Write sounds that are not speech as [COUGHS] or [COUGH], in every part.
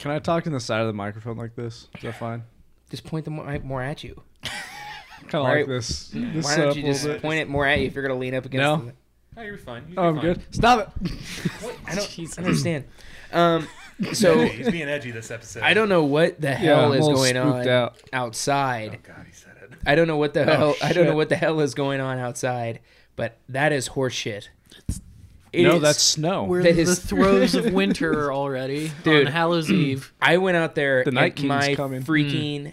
Can I talk in the side of the microphone like this? Is that fine? Just point them more more at you. Kind of Why- like this. this Why setup don't a you little just bit. point it more at you if you're gonna lean up against? No. the- No, you're fine. You're Oh, I'm fine. good. Stop it. I [LAUGHS] don't Jesus. understand. [LAUGHS] Um, so [LAUGHS] He's being edgy this episode. I don't know what the Yeah, hell I'm is all going spooked on out. Oh, outside. Oh God, he said it. I don't know what the hell. I don't know shit. what the hell is going on outside. But that is horseshit. It no, is- that's snow. We're That in the is- throes of winter already Dude. on Hallows Eve. I went out there. The Night and King's my coming. Freaking.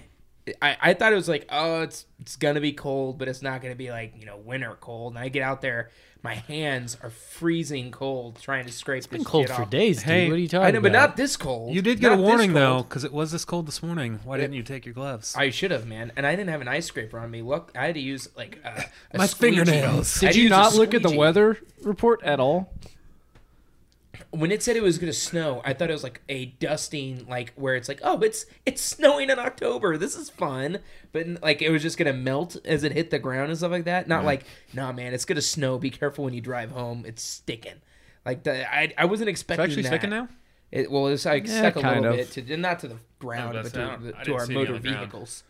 I, I thought it was like oh it's it's gonna be cold but it's not gonna be like you know winter cold and I get out there my hands are freezing cold trying to scrape It's been cold for days, dude. Hey, what are you talking I know but about? not this cold Oh, You did get Not a this warning cold. though, because it was this cold this morning. Why didn't you take your gloves? I should have, man. And I didn't have an ice scraper on me. Look, I had to use like a, a My squeegee. fingernails. I had Did to you use a not look at the squeegee. weather report at all? When it said it was gonna snow, I thought it was like a dusting, like where it's like, oh, it's it's snowing in October. This is fun. But like it was just gonna melt as it hit the ground and stuff like that. Not like, nah, man, it's gonna snow. Be careful when you drive home. It's sticking. Like the, I, I wasn't expecting actually that. sticking now? It, well, it's like stuck a kind little of. bit to not to the ground, I was but about to, the, to say, I didn't to our see any on motor the ground. vehicles.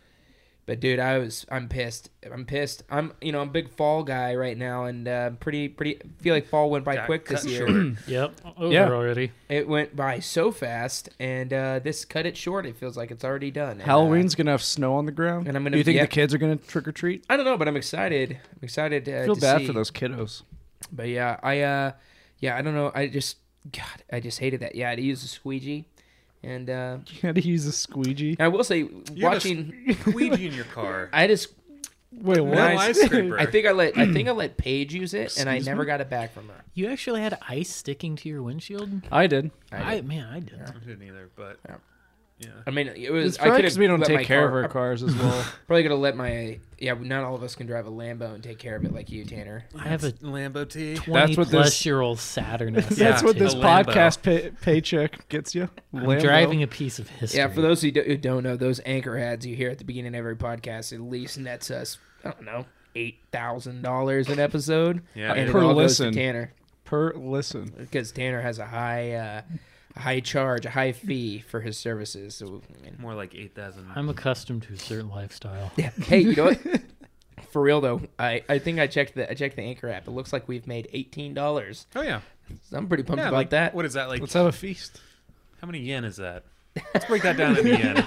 But dude, I was I'm pissed. I'm pissed. I'm you know I'm a big fall guy right now, and uh, pretty pretty feel like fall went by Got quick this cut year. short. [LAUGHS] Yep. Over Yeah. already. It went by so fast, and uh, this cut it short. It feels like it's already done. And, uh, Halloween's gonna have snow on the ground. And I'm gonna- Do you think yeah. the kids are gonna trick or treat? uh, I don't know, but I'm excited. I'm excited. Uh, I feel to bad see. for those kiddos. [LAUGHS] But yeah, I uh, yeah, I don't know. I just God, I just hated that. Yeah, I had to use a squeegee, and uh, You had to use a squeegee. I will say had a s- watching. Squeegee [LAUGHS] in your car. I just Wait, what? No ice scraper. I think I let I [CLEARS THROAT] think I let Paige use it, and I Excuse never me? got it back from her. You actually had ice sticking to your windshield? I did. I, I man, I didn't. I didn't either, but Yeah. yeah. I mean, it was It's I probably could because have we don't let my take care of car- our cars as [LAUGHS] well. I'm probably gonna let my yeah. Not all of us can drive a Lambo and take care of it like you, Tanner. I have a Lambo T. twenty what plus this- year old Saturn. [LAUGHS] That's Yeah, what a this Lambo. podcast pay- paycheck gets you. I'm driving a piece of history. Yeah, for those who, do, who don't know, those anchor ads you hear at the beginning of every podcast at least nets us I don't know eight thousand dollars an episode. Yeah, and it Per all listen. goes to Tanner per listen. because Tanner has a high. Uh, a High charge, a high fee for his services. So, I mean, More like eight thousand. I'm accustomed to a certain lifestyle. Yeah. Hey, you [LAUGHS] know what? For real though, I, I think I checked the I checked the Anchor app. It looks like we've made eighteen dollars. Oh yeah, So I'm pretty pumped yeah. about Like that. What is that like? Let's have a feast. [LAUGHS] How many yen is [LAUGHS] that? Let's break that down in [LAUGHS] yen. I'm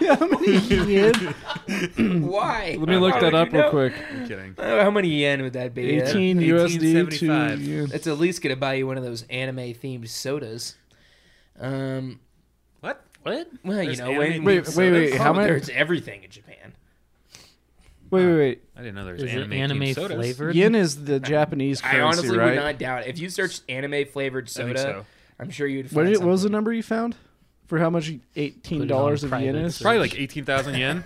Mm. Why? Let me look How that would up you real know? quick. kidding. Uh, how many yen would that be? 18 Yeah. USD to 18.75. yen. That's at least gonna buy you one of those anime themed sodas. Um. What? What? Well, There's you know, when, anime Wait, wait, wait. Oh, How many? There's everything in Japan. Wait, wait, I didn't know there was Is anime, it anime themed sodas. wait. flavored? Yen is the Japanese currency, I honestly right? would not doubt it. if you searched anime flavored I think soda. so. I'm sure you'd. What, find did- what was the something. number you found for how much eighteen dollars Put of it on yen private is? search. Probably [LAUGHS] like eighteen thousand yen.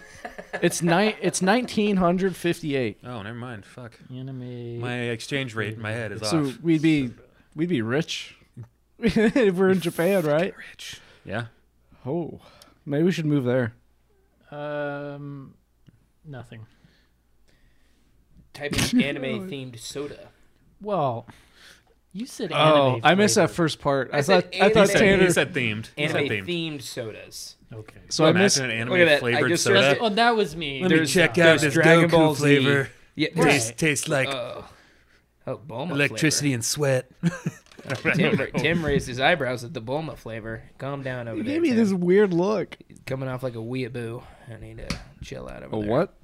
It's nine. It's nineteen hundred fifty-eight. Oh, never mind. Fuck. Anime. My exchange rate in my head is So off. we'd be we'd be rich [LAUGHS] if we're in Japan, right? Rich. Yeah. Oh, maybe we should move there. Um, nothing. [LAUGHS] Type in anime themed soda. Well, you said Oh, anime. I missed that flavored. first part. I, I thought said I He thought anime. said, he Tanner. said themed. He said Anime themed. themed sodas. Okay. so I Imagine missed. an Look at anime that, I flavored just soda. searched Oh, that was me. Let me There's, check uh, out there's this Dragon Goku Ball Z. flavor. Yeah. Tastes tastes like Oh, oh Bulma electricity [LAUGHS] and sweat. Flavor. [LAUGHS] Tim, Tim raised his eyebrows at the Bulma flavor. Calm down over You there. gave me Tim. this weird look. Coming off like a weeaboo. I need to chill out over A there. what?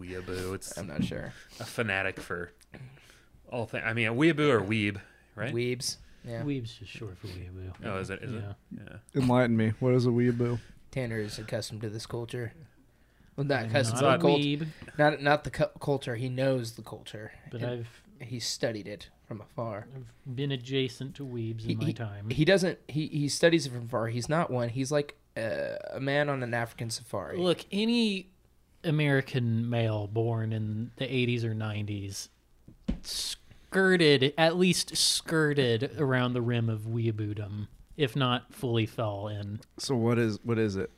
Weeaboo. It's I'm not sure. a fanatic for all things. I mean, a weeaboo or weeb, right? Weebs. Yeah. Weeb's just short for weeaboo. Oh, is it? Is yeah. it? Yeah. Enlighten me. What is a weeaboo? Tanner is accustomed to this culture. Well, not I'm accustomed Mm, not to a the culture. weeb, Not not the cu- culture. He knows the culture. but and I've he studied it from afar. I've been adjacent to weebs in He- my time. He doesn't. He he studies it from afar. He's not one. He's like uh, a man on an African safari. Look, any American male born in the 80s or 90s skirted, at least skirted around the rim of weeaboodom, if not fully fell in. So what is what is it?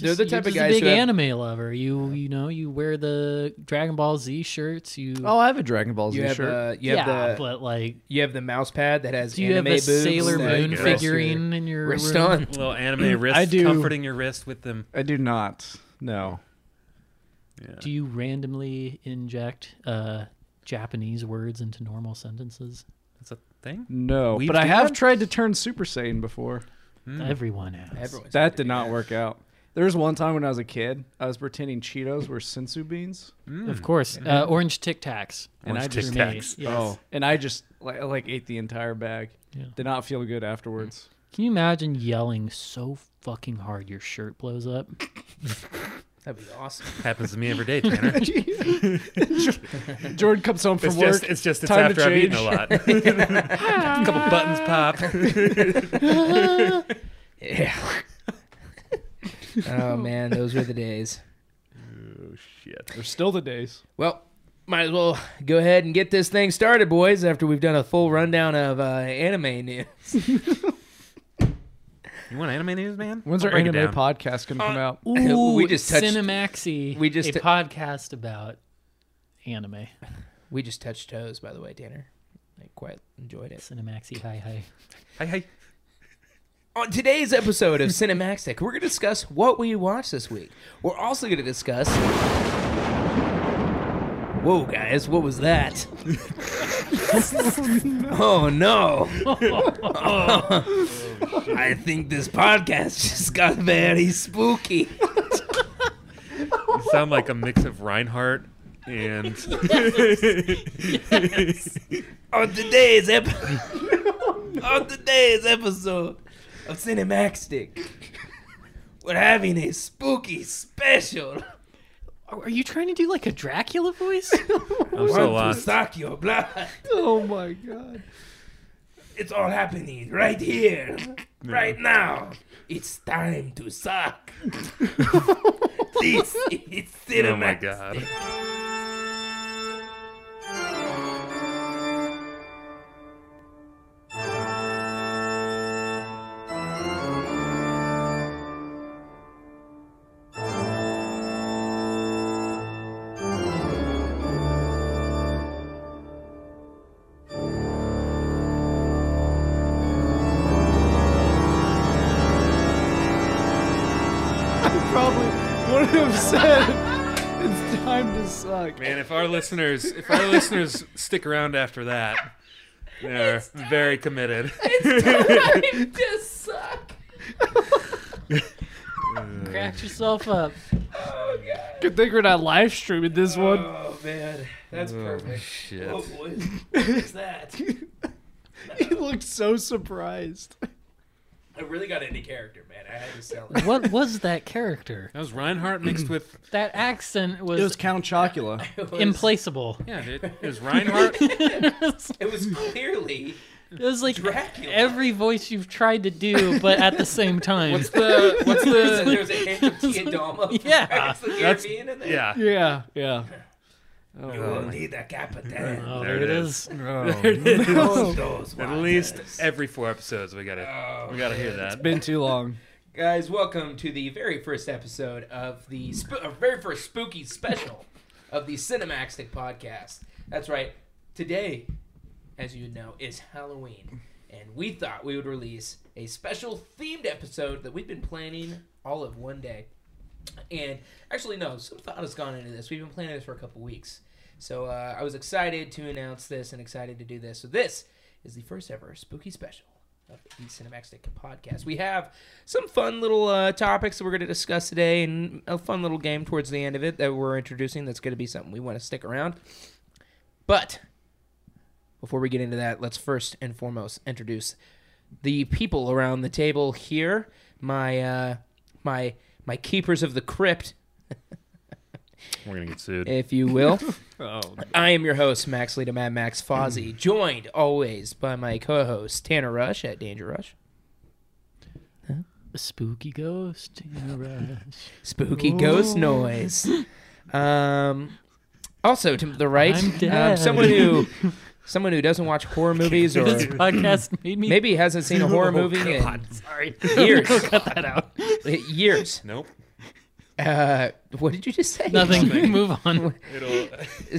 They're the You're type of just guys a big who have- anime lover. You you know you wear the Dragon Ball Z shirts. You Oh, I have a Dragon Ball Z you have shirt. uh, you yeah, have the but like, you have the mouse pad that has do you have anime a boobs Sailor that Moon you go. rest your figurine in your wrist room? on. Little anime wrist, I do. comforting your wrist with them. I do not. No. Do you randomly inject uh, Japanese words into normal sentences? That's a thing. No. We but I do have that? tried to turn Super Saiyan before. Everyone has. Everyone's That did not work out. There was one time when I was a kid, I was pretending Cheetos were sensu beans. Of course, uh, orange Tic Tacs. And I Orange just Tic made- Tacs. yes. Oh, and I just like, I, like ate the entire bag. Yeah. Did not feel good afterwards. Can you imagine yelling so fucking hard your shirt blows up? That'd be awesome. Happens to me every day, Tanner. it's Jordan comes home from just work. it's just it's time to after I've eaten a change. lot. [LAUGHS] a couple buttons pop. Yeah. [LAUGHS] oh man, those were the days. Oh shit. They're still the days. Well, might as well go ahead and get this thing started, boys. After we've done a full rundown of uh, anime news. You want anime news, man? When's I'll our break it anime down. podcast going to come out? We just touched- Cinemaxi. we just a t- podcast about anime. We just touched toes, by the way, Tanner. I quite enjoyed it. Cinemaxi, hi hi. [LAUGHS] Hey, hey. On today's episode of Cinemaxtic, we're going to discuss what we watched this week. We're also going to discuss. Whoa, guys, what was that? oh no! I think this podcast just got very spooky. You sound like a mix of Reinhardt [LAUGHS] and on today's episode on today's episode of Cinemaxtic, we're having a spooky special. Oh, Are you trying to do like a Dracula voice? I'm so Want to lost. suck your blood? Oh my god. It's all happening right here, right now. It's time to [LAUGHS] suck. this is Oh my Cinemax. god. Probably would have said [LAUGHS] it's time to suck. Man, [LAUGHS] if our listeners if our listeners stick around after that, they're very committed. It's time to suck. Crack yourself up. Oh god. Good thing we're not live streaming this one. Oh man, that's perfect. [LAUGHS] Shit. Oh boy, what's that? [LAUGHS] he looked so surprised. I really got into character, man. I had to sell it. What was that character? That was Reinhardt mixed [CLEARS THROAT] with That accent It was was, Count [LAUGHS] Chocula. [LAUGHS] It was- implaceable. yeah, dude. It was Reinhardt. It was clearly [LAUGHS] [LAUGHS] It was like Dracula. every voice you've tried to do, but at the same time. What's the what's [LAUGHS] there the was a hint of Tiendama. from Yeah. Pirates of the That's- Caribbean in there. [LAUGHS] yeah? Yeah, yeah. Oh, You will need a captain. Oh, There there, it Oh, it is. [LAUGHS] [LAUGHS] Cross those Oh, At least waters. every four episodes, we gotta we gotta hear that. Been too long. guys, welcome to the very first episode of the sp- uh, very first spooky special of the Cinemaxtic podcast. That's right. Today, as you know, is Halloween, and we thought we would release a special themed episode that we've been planning all of one day. And actually, no, some thought has gone into this. We've been planning this for a couple weeks. So uh, I was excited to announce this and excited to do this. So this is the first ever spooky special of the Cinemaxtic podcast. We have some fun little uh, topics that we're going to discuss today and a fun little game towards the end of it that we're introducing that's going to be something we want to stick around. But before we get into that, let's first and foremost introduce the people around the table here. My uh, my my keepers of the crypt, We're gonna get sued. if you [LAUGHS] will. Oh, I am your host, Max Lita Mad Max Mm. Fozzie, joined always by my co-host Tanner Rush at Danger Rush. A spooky ghost in [LAUGHS] a rush. Spooky ghost noise. Um, also to the right, I'm um, dead. someone [LAUGHS] who someone who doesn't watch horror movies or This podcast made me. [LAUGHS] Oh, maybe hasn't seen a horror movie in Sorry. years, Cut that out. years. [LAUGHS] Nope. Uh, what did you just say? Nothing. Move on. It'll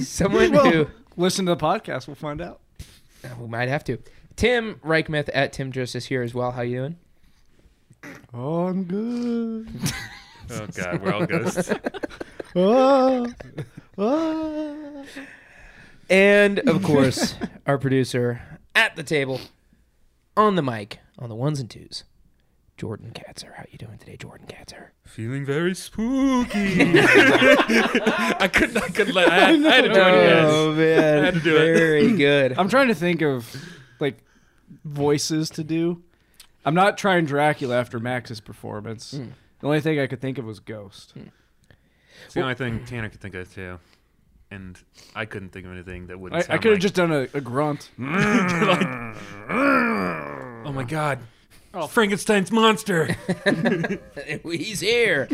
[LAUGHS] Someone who Listen to the podcast. We'll find out. Oh, we might have to. Tim Reichmeth at Tim Justice here as well. How you doing? Oh, I'm good. [LAUGHS] Oh god, we're all ghosts. Ah, ah. And of course, our producer at the table, on the mic, on the ones and twos, Jordan Katzer. How you doing today, Jordan Katzer? Feeling very spooky. [LAUGHS] I couldn't. I couldn't let. I had, I had to join you Oh, guys. man, I had to do it. [CLEARS THROAT] very [LAUGHS] good. I'm trying to think of like voices to do. I'm not trying Dracula after Max's performance. The only thing I could think of was Ghost. It's the only thing Tanner could think of too, and I couldn't think of anything that I, wouldn't. I sound could have like- just done a, a grunt. Oh my god. Oh. Frankenstein's monster. [LAUGHS] He's here.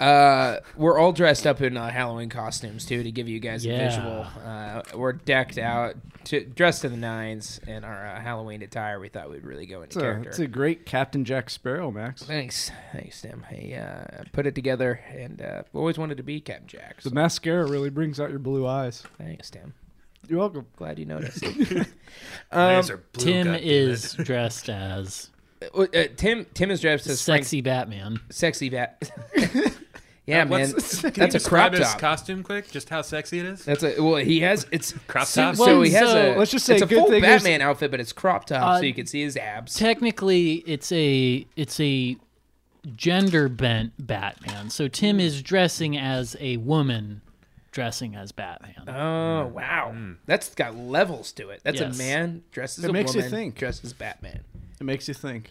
Uh, we're all dressed up in uh, Halloween costumes too to give you guys a Yeah. visual. Uh, we're decked out, to, dressed to the nines in our uh, Halloween attire. We thought we'd really go into It's a, character. it's a great Captain Jack Sparrow, Max. Thanks, thanks, Tim. I uh, put it together, and uh, I've always wanted to be Captain Jack. The So mascara really brings out your blue eyes. thanks, Tim. You're welcome. Glad you noticed. [LAUGHS] Um, [LAUGHS] My eyes are blue, Tim goddammit. is dressed as Uh, uh, Tim. Tim is dressed as Frank, sexy Batman. sexy [LAUGHS] bat. Uh, yeah, man, What's- can you that's a crop describe his top. costume, quick. Just how sexy it is. That's a well. He has it's Crop so- top? So, he has a. Well, let's just say it's a good full thing there's- Batman outfit, but it's crop top, Uh, so you can see his abs. Technically, it's a it's a gender bent Batman. So Tim is dressing as a woman dressing as Batman. Oh wow, that's got levels to it. That's Yes. a man dressed as Hmm. It a makes you woman think. dressed as Batman. It makes you think.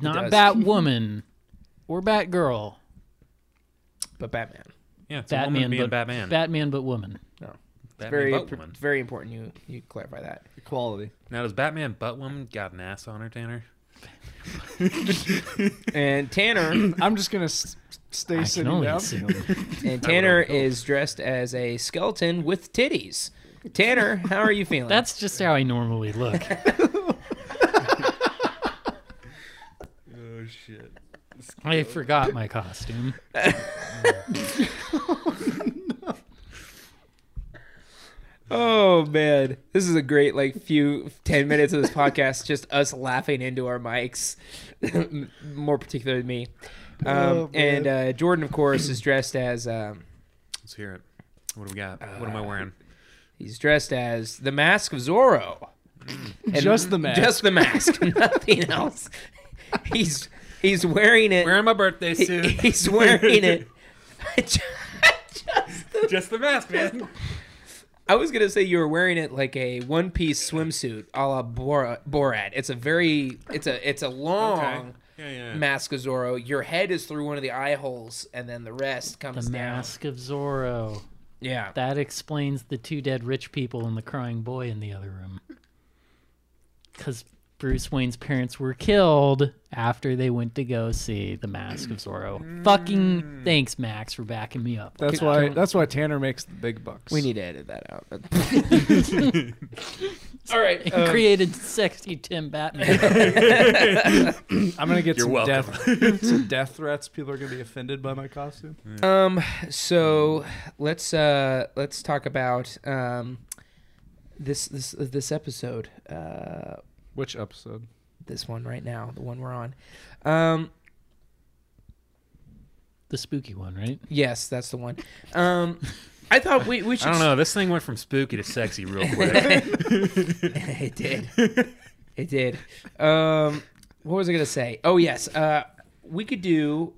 Not does. Batwoman or Batgirl. But Batman. Yeah, it's a woman Batman being but Batman. Batman but woman. No, Batman very butt pr- woman. very important. You you clarify that. Equality. Now does Batman butt woman got an ass on her, Tanner? [COUGHS] And Tanner I'm just gonna s- stay I can sitting only down. assume. and Tanner is dressed as a skeleton with titties. Tanner, how are [LAUGHS] you feeling? That's just how I [LAUGHS] normally look. Oh shit. I forgot my costume. oh man, this is a great like few ten minutes of this podcast, just us laughing into our mics. [LAUGHS] More particularly me, um, Oh, man. and uh, Jordan, of course, is dressed as um, Let's hear it. What do we got? what Uh, am I wearing? he's dressed as the Mask of Zorro. And Just the mask. Just the mask, [LAUGHS] nothing else. He's he's wearing it. Wearing my birthday He- suit. He's wearing it. I ju- [LAUGHS] [LAUGHS] [LAUGHS] Just the mask, man. I was gonna say you were wearing it like a one-piece swimsuit, a la Bora- Borat. It's a very, it's a, it's a long Yeah, yeah. mask of Zorro. Your head is through one of the eye holes, and then the rest comes The down. Mask of Zorro. Yeah, That explains the two dead rich people and the crying boy in the other room. Because Bruce Wayne's parents were killed after they went to go see The Mask of Zorro. Mm. Fucking thanks, Max, for backing me [LAUGHS] [LAUGHS] up. That's why. That's why Tanner makes the big bucks. we need to edit that [LAUGHS] out. [LAUGHS] All right, um, Created sexy Tim [LAUGHS] Batman. [LAUGHS] I'm gonna get You're some welcome. death. [LAUGHS] some death threats. People are gonna be offended by my costume. Um. So let's uh let's talk about um this this this episode uh Which episode? this one right now the one we're on. Um. the spooky one, right? Yes, that's the one. Um. I thought we we should. I don't know. This thing went from spooky to [LAUGHS] sexy real quick. [LAUGHS] it did. It did. Um. What was I gonna say? Oh yes. Uh. We could do.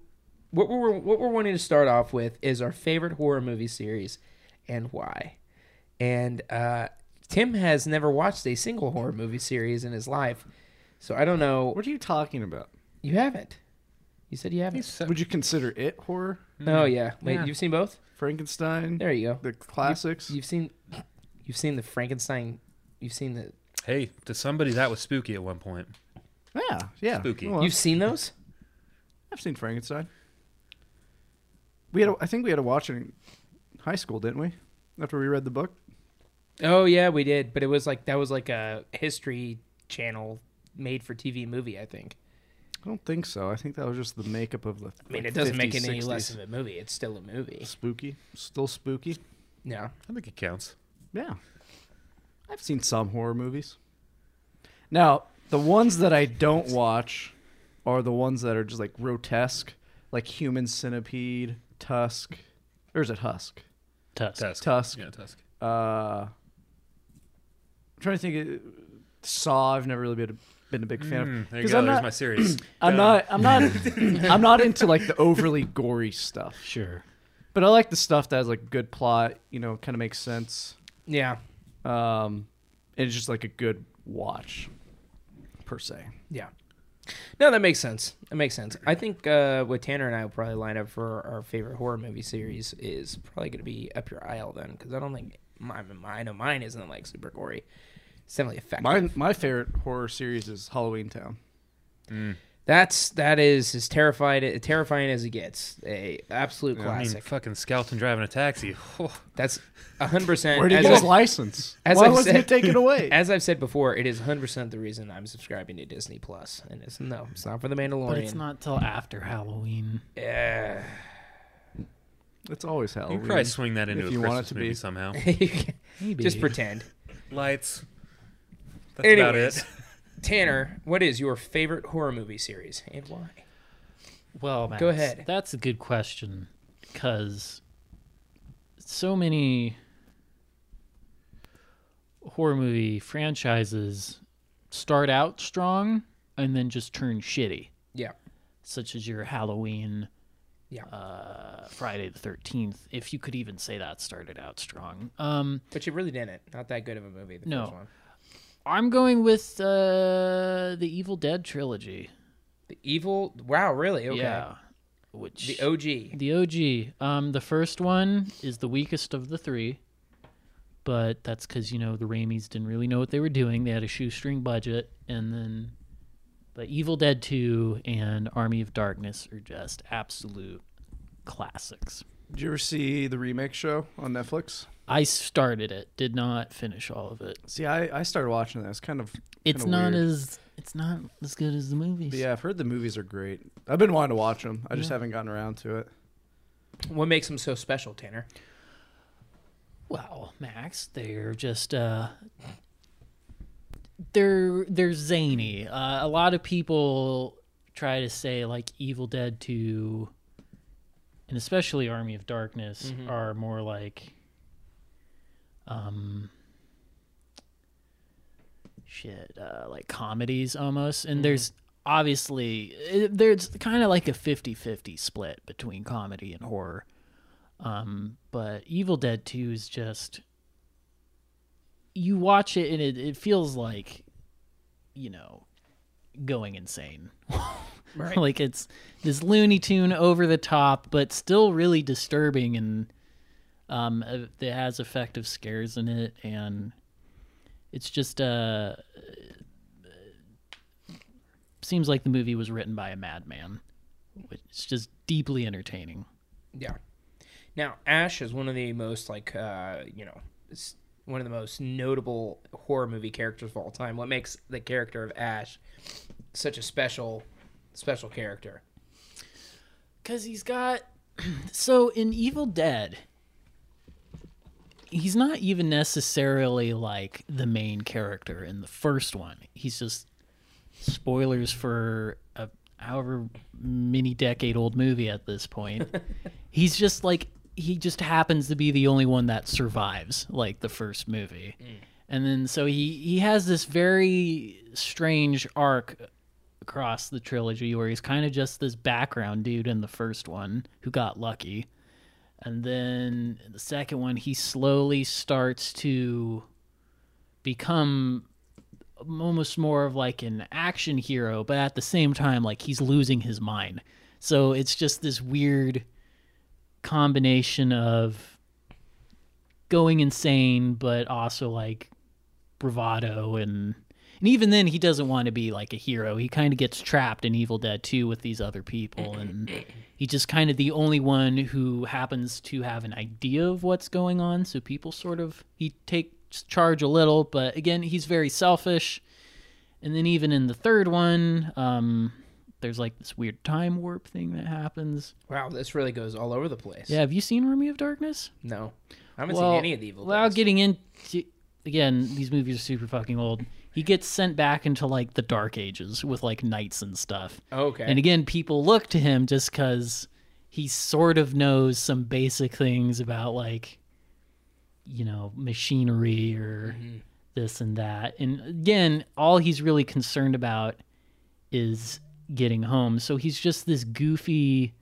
What we're what we're wanting to start off with is our favorite horror movie series, and why. and uh, Tim has never watched a single horror movie series in his life, so I don't know. What are you talking about? You haven't. You said you haven't. Would you consider it horror? Oh yeah. Wait, Yeah. you've seen both? Frankenstein. There you go. The classics. You've seen, you've seen the Frankenstein. You've seen the. hey, to somebody that was spooky at one point. yeah. Yeah. Spooky. Well, You've seen those? I've seen Frankenstein. We had. A, I think we had a watch in high school, didn't we? After we read the book. Oh yeah, we did. But it was like that was like a History Channel made for TV movie. I think. I don't think so. I think that was just the makeup of the. I mean, it doesn't make it any less of a movie. It's still a movie. spooky. Still spooky. Yeah. I think it counts. Yeah. I've seen some horror movies. Now, the ones that I don't watch are the ones that are just like grotesque, like human centipede, tusk. Or is it husk? Tusk. Tusk. Tusk. Yeah, Tusk. Uh, I'm trying to think. Of, Saw. I've never really been a, been a big fan Mm, of. there you 'Cause go. I'm There's not- [CLEARS THROAT] my series. I'm Done. not. I'm not. [LAUGHS] I'm not into like the overly gory stuff. Sure. But I like the stuff that has like good plot. You know, kind of makes sense. Yeah. Um, and it's just like a good watch, per se. Yeah. No, that makes sense. That makes sense. I think uh, what Tanner and I will probably line up for our favorite horror movie series is probably going to be Up Your Aisle then, because I don't think mine, I know mine isn't like super gory. It's definitely effective. My my favorite horror series is Halloween Town. That's that is as terrified terrifying as it gets. A absolute I mean, classic. fucking skeleton driving [LAUGHS] a taxi. [LAUGHS] That's hundred percent. Where did he as get his I've- license? as Why I've wasn't it said- taken away? [LAUGHS] As I've said before, it is 100% the reason I'm subscribing to Disney Plus. And it's no, it's not for The Mandalorian. But it's not till after Halloween. Yeah. [LAUGHS] it's always You Halloween. could probably swing that into If a you Christmas want it to movie be. [LAUGHS] somehow. Maybe. Just pretend. Lights. [LAUGHS] That's about Anyways. it. Tanner, what is your favorite horror movie series and why? Well, Go Max, ahead. That's a good question because so many horror movie franchises start out strong and then just turn shitty, Yeah. such as your Halloween, Yeah. uh, Friday the 13th, if you could even say that started out strong. Um, But you really didn't. Not that good of a movie. The No. First one. I'm going with uh, the Evil Dead trilogy. The Evil. Wow, really? Okay. Yeah. Which The OG. The OG. Um, the first one is the weakest of the three, but that's because you know the Raimis didn't really know what they were doing. They had a shoestring budget, and then, but Evil Dead Two and Army of Darkness are just absolute classics. Did you ever see the remake show on Netflix? I started it, did not finish all of it. See, I, I started watching that. It's kind of It's kinda not weird. as it's not as good as the movies. But yeah, I've heard the movies are great. I've been wanting to watch them. I just Yeah. haven't gotten around to it. What makes them so special, Tanner? Well, Max, they're just uh they're they're zany. Uh, a lot of people try to say like Evil Dead 2 and especially Army of Darkness are more like um shit, uh like comedies almost and there's obviously it, there's kind of like a 50-50 split between comedy and horror. Um, but Evil Dead 2 is just you watch it and it, it feels like you know going insane. [LAUGHS] Right. like it's this Looney Tune over the top, but still really disturbing and um uh, it has effective scares in it and it's just uh seems like the movie was written by a madman. which It's just deeply entertaining. Yeah. Now, Ash is one of the most like uh, you know, s- one of the most notable horror movie characters of all time. What makes the character of Ash such a special special character? Because he's got. [CLEARS THROAT] So in Evil Dead, he's not even necessarily like the main character in the first one. He's just. Spoilers for a however many decade old movie at this point. he's just like. He just happens to be the only one that survives, like the first movie. And then so he, he has this very strange arc across the trilogy where he's kind of just this background dude in the first one who got lucky. And then in the second one, he slowly starts to become almost more of like an action hero, but at the same time, like he's losing his mind. So it's just this weird combination of going insane, but also like bravado and and even then he doesn't want to be like a hero. He kind of gets trapped in Evil Dead 2 with these other people and he's just kind of the only one who happens to have an idea of what's going on, so people sort of he takes charge a little, but again, he's very selfish. And then even in the third one, um there's like this weird time warp thing that happens. Wow, this really goes all over the place. Yeah, have you seen Army of Darkness? No, I haven't Well, seen any of the evil. Without Deads. getting into again, these movies are super fucking old. He gets sent back into like the dark ages with like knights and stuff. okay. And again, people look to him just because he sort of knows some basic things about like, you know, machinery or this and that. And again, all he's really concerned about is getting home. So he's just this goofy,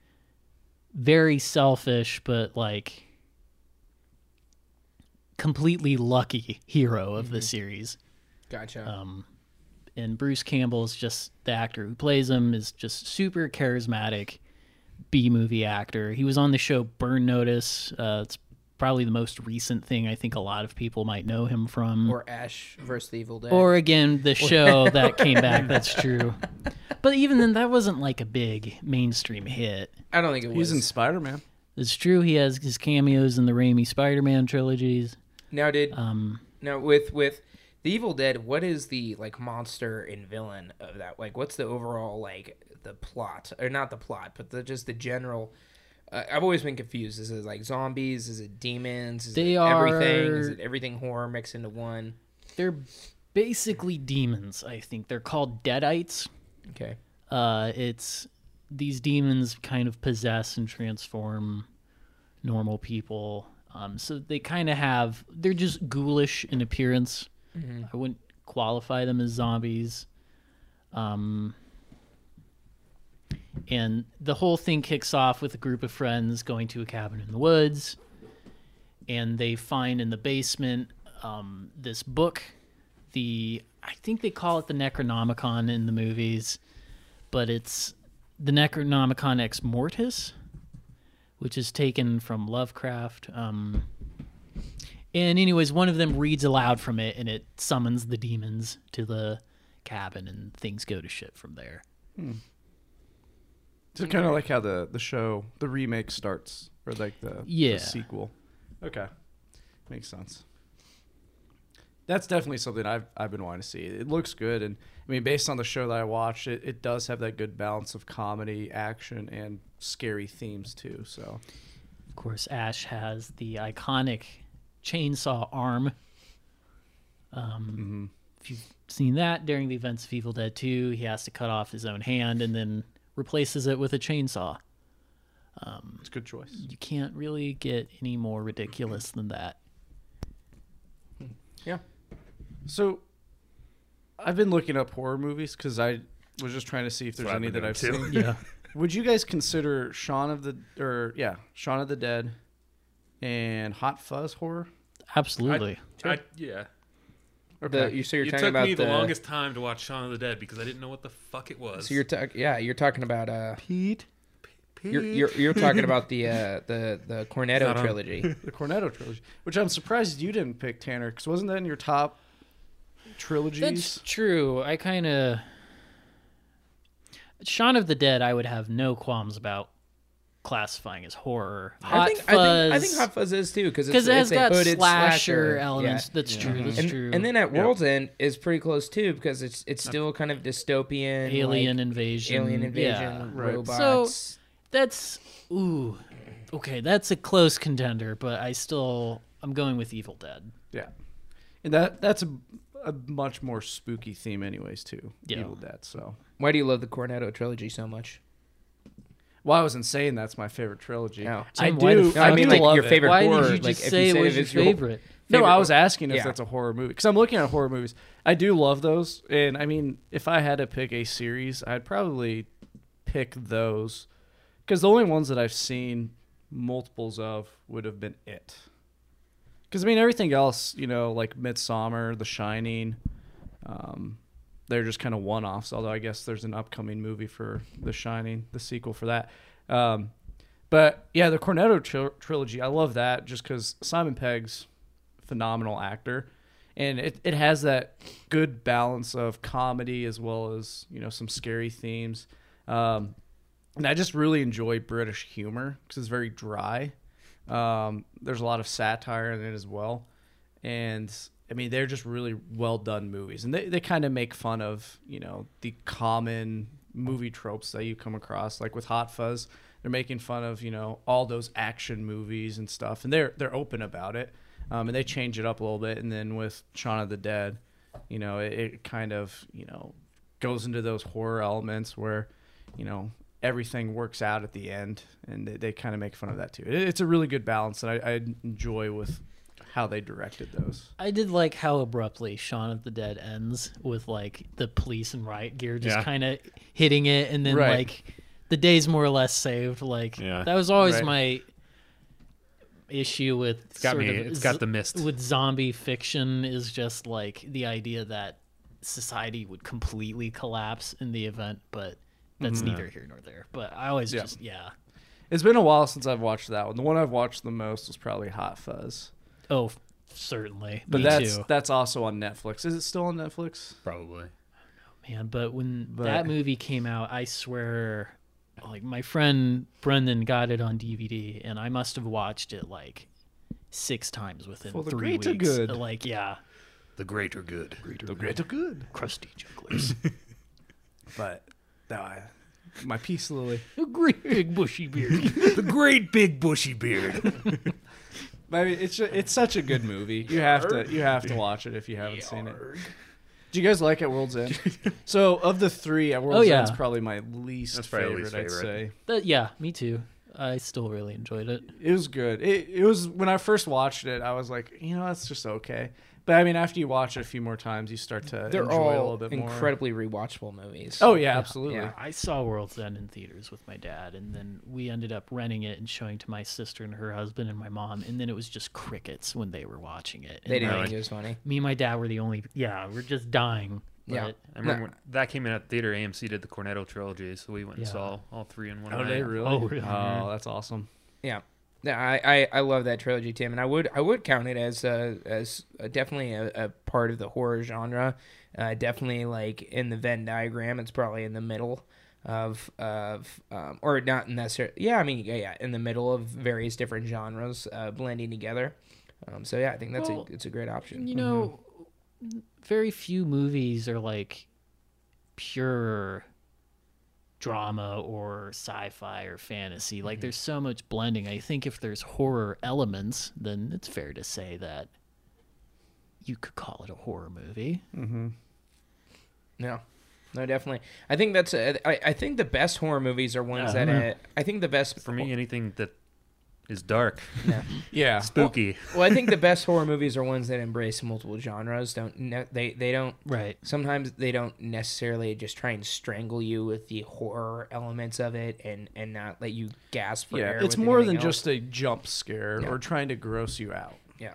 very selfish, but like completely lucky hero of the series gotcha. Um, and Bruce Campbell's just the actor who plays him is just super charismatic B movie actor. He was on the show Burn Notice. Uh, it's probably the most recent thing I think a lot of people might know him from. Or, or Ash versus the Evil Dead. again, the show that came back. [LAUGHS] That's true. But even then, that wasn't like a big mainstream hit. I don't think it was. He's in Spider Man. It's true he has his cameos in the Raimi Spider-Man trilogies. now did Um, now with with the Evil Dead. What is the like monster and villain of that? Like, what's the overall like the plot or not the plot, but the just the general. Uh, I've always been confused. Is it like zombies? Is it demons? Is They it everything? Is are- it everything horror mixed into one? they're basically demons, I think. They're called Deadites. Okay. uh, it's these demons kind of possess and transform normal people. Um, so they kind of have they're just ghoulish in appearance. I wouldn't qualify them as zombies. Um, and the whole thing kicks off with a group of friends going to a cabin in the woods, and they find in the basement um, this book. The I think they call it the Necronomicon in the movies but it's the Necronomicon Ex Mortis, which is taken from Lovecraft. Um, and anyways, one of them reads aloud from it, and it summons the demons to the cabin, and things go to shit from there. So kind of like how the the show, the remake starts, or like the, Yeah. the sequel. Okay, makes sense. That's definitely something I've I've been wanting to see. It looks good, and I mean, based on the show that I watched, it, it does have that good balance of comedy, action, and scary themes too. So Of course, Ash has the iconic chainsaw arm. Um, If you've seen that during the events of Evil Dead 2, he has to cut off his own hand and then replaces it with a chainsaw. it's a good choice. you can't really get any more ridiculous than that. Yeah. So I've been looking up horror movies because I was just trying to see if there's what any I've that been I've seen. doing, too. Yeah. [LAUGHS] Would you guys consider Shaun of the or yeah, Shaun of the Dead and Hot Fuzz horror? Absolutely. [LAUGHS] I, yeah. The, you, so you're it talking took about me the, the longest time to watch Shaun of the Dead because I didn't know what the fuck it was. So you're talking, yeah, you're talking about uh, Pete, you're [LAUGHS] you're, you're talking about the uh, the the Cornetto not on. trilogy. the Cornetto trilogy, which I'm surprised you didn't pick Tanner because wasn't that in your top trilogies? That's true. I kind of. Shaun of the Dead, I would have no qualms about classifying as horror. Hot I think, Fuzz. I think I think Hot Fuzz is too because because it has a got hooded slasher, slasher elements. Yeah. That's true. That's And, true. and then at World's End is pretty close too because it's it's still kind of dystopian, alien like, invasion. alien invasion, Yeah. Right. robots. That's ooh, okay. That's a close contender, but I still I'm going with Evil Dead. Yeah, and that that's a, a much more spooky theme, anyways. Too Yeah. Evil Dead. So Why do you love the Cornetto trilogy so much? well, I wasn't saying that's my favorite trilogy. No. I Tim, do. why the No, I fuck mean do like you love your it? favorite Why horror. did you like, just if say you it said was your it's favorite? No, favorite I was horror- asking if yeah. that's a horror movie because I'm looking at horror movies. I do love those, and I mean, if I had to pick a series, I'd probably pick those because the only ones that I've seen multiples of would have been it. Because I mean, everything else, you know, like Midsummer, The Shining, um, they're just kind of one-offs. Although I guess there's an upcoming movie for The Shining, the sequel for that. Um, but yeah, the Cornetto tril trilogy, I love that just because Simon Pegg's phenomenal actor, and it, it has that good balance of comedy as well as you know some scary themes. Um, and I just really enjoy British humor because it's very dry. Um, there's a lot of satire in it as well, and I mean they're just really well done movies, and they they kind of make fun of you know the common movie tropes that you come across. Like with Hot Fuzz, they're making fun of you know all those action movies and stuff, and they're they're open about it, um, and they change it up a little bit. And then with Shaun of the Dead, you know, it, it kind of you know goes into those horror elements where you know everything works out at the end, and they, they kind of make fun of that too. It, it's a really good balance, and I, I enjoy with how they directed those. I did like how abruptly Shaun of the Dead ends with like the police and riot gear just Yeah. kind of hitting it, and then Right. like the day's more or less saved. Like Yeah. that was always Right. my issue with it's got me- it's got the mist. with zombie fiction is just like the idea that society would completely collapse in the event, but Mm-hmm. that's neither here nor there. But I always Yeah. just yeah. It's been a while since I've watched that one. The one I've watched the most was probably Hot Fuzz. Oh, f- certainly. But Me that's too. that's also on Netflix. Is it still on Netflix? Probably. man but when But- that movie came out i swear like my friend brendan got it on dvd and i must have watched it like six times within For the three greater weeks good. like yeah The greater good. The greater good. crusty jugglers But no, I, my peace lily. a great big bushy [LAUGHS] beard [LAUGHS] the great big bushy beard. But I mean, it's ju- it's such a good movie. You have to you have to watch it if you haven't seen it. Do you guys like At World's [LAUGHS] End? so of the three, At World's yeah. End's probably my least That's probably favorite. least I'd say favorite. But yeah me too i still really enjoyed it it was good. It it was when I first watched it, I was like, you know, that's just okay. But I mean, after you watch it a few more times, you start to They're enjoy it a little all bit more. incredibly rewatchable movies. Oh yeah, absolutely. Yeah. i saw world's end in theaters with my dad and then we ended up renting it and showing to my sister and her husband and my mom and then it was just crickets when they were watching it they And, didn't like, think it was funny. me and my dad were the only yeah we're just dying Yeah. but- I remember when that came in at the theater. AMC did the Cornetto trilogy, so we went and Yeah. saw all three in one Oh, night. they really? Oh, really? Oh, that's awesome. Yeah. No, I, I, I love that trilogy, Tim, and I would I would count it as uh, as uh, definitely a, a part of the horror genre. Uh, definitely like in the Venn diagram, it's probably in the middle of of um, or not necessarily. Yeah, I mean, yeah, yeah, in the middle of various different genres uh, blending together. Um, so yeah, I think that's Well, a it's a great option. Mm-hmm. you know very few movies are like pure drama or sci-fi or fantasy Mm-hmm. like there's so much blending i think if there's horror elements then it's fair to say that you could call it a horror movie No, no, definitely. I think that's a, I, I think the best horror movies are ones Yeah. that uh, I think the best For me, anything that is [LAUGHS] dark, Yeah. spooky. Well, I think the best horror movies are ones that embrace multiple genres. Don't ne- they? They don't. right Sometimes they don't necessarily just try and strangle you with the horror elements of it, and and not let you gasp for air. yeah, it's with more anything than else. just a jump scare Yeah. or trying to gross you out. Yeah.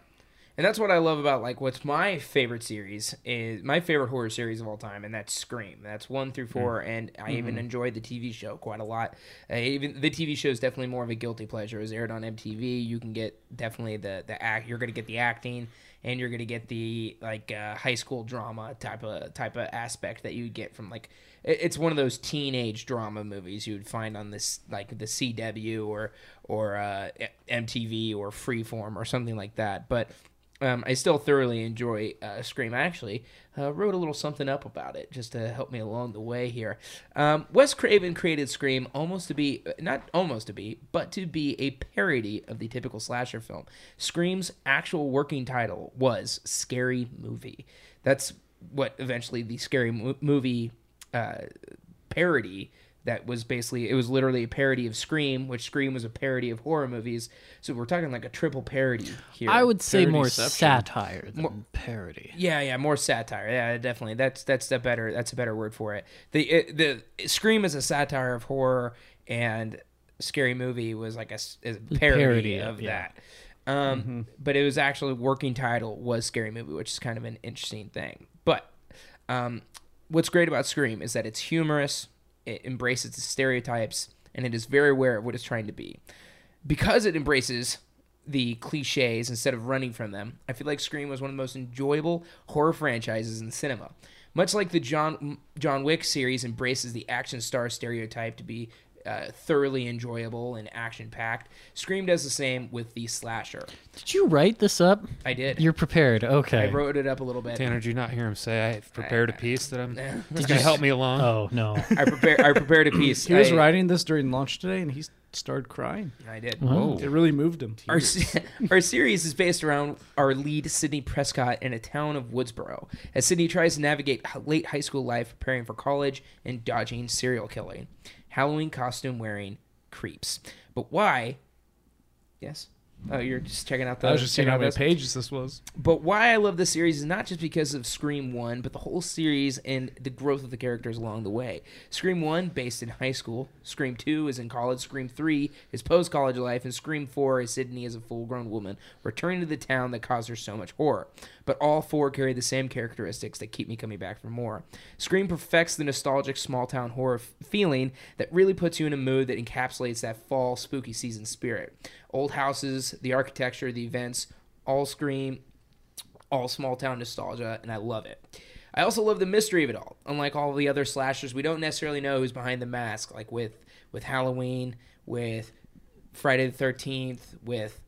And that's what I love about like what's my favorite series is my favorite horror series of all time, and that's Scream. That's one through four, and I even enjoyed the TV show quite a lot. Uh, even the TV show is definitely more of a guilty pleasure. It was aired on MTV. You can get definitely the the act. You're gonna get the acting, and you're gonna get the like uh, high school drama type of type of aspect that you get from like it- it's one of those teenage drama movies you would find on this like the CW or or uh, MTV or Freeform or something like that. But um, I still thoroughly enjoy uh, Scream. I actually uh, wrote a little something up about it just to help me along the way here. Um, Wes Craven created Scream almost to be, not almost to be, but to be a parody of the typical slasher film. Scream's actual working title was Scary Movie. That's what eventually the Scary Mo- Movie uh, parody that was basically it was literally a parody of Scream, which Scream was a parody of horror movies. So we're talking like a triple parody here. i would say more Parodyception. satire than parody Yeah, yeah, more satire. Yeah, definitely. That's that's the better that's a better word for it. The it, the Scream is a satire of horror, and Scary Movie was like a, s- is a parody, Parody of of- yeah. that. Um, But it was actually working title was Scary Movie, which is kind of an interesting thing. But um, what's great about Scream is that it's humorous, it embraces the stereotypes, and it is very aware of what it's trying to be. Because it embraces the cliches instead of running from them, I feel like Scream was one of the most enjoyable horror franchises in cinema. Much like the John John Wick series embraces the action star stereotype to be uh, thoroughly enjoyable and action packed. Scream does the same with the slasher. Did you write this up? I did. You're prepared. Okay. I wrote it up a little bit. Tanner, did you not hear him say I've [LAUGHS] prepared a piece that I'm Did Did you help me along? [LAUGHS] oh [LAUGHS] no. I prepared. I [COUGHS] prepared a piece. He was I, writing this during lunch today, and he started crying. I did. Whoa. It really moved him. Our, se- [LAUGHS] our series is based around our lead, Sydney Prescott, in a town of Woodsboro, as Sydney tries to navigate h- late high school life, preparing for college, and dodging serial killing. Halloween costume wearing creeps. But why? Yes? Oh, you're just checking out the. I was just seeing checking how out many those? pages this was. But why I love this series is not just because of Scream 1, but the whole series and the growth of the characters along the way. Scream 1, based in high school. Scream 2 is in college. Scream 3 is post college life. And Scream 4 is Sydney as a full grown woman returning to the town that caused her so much horror. But all four carry the same characteristics that keep me coming back for more. Scream perfects the nostalgic small town horror f- feeling that really puts you in a mood that encapsulates that fall spooky season spirit. Old houses, the architecture, the events, all scream all small town nostalgia, and I love it. I also love the mystery of it all. Unlike all the other slashers, we don't necessarily know who's behind the mask, like with with Halloween, with Friday the Thirteenth, with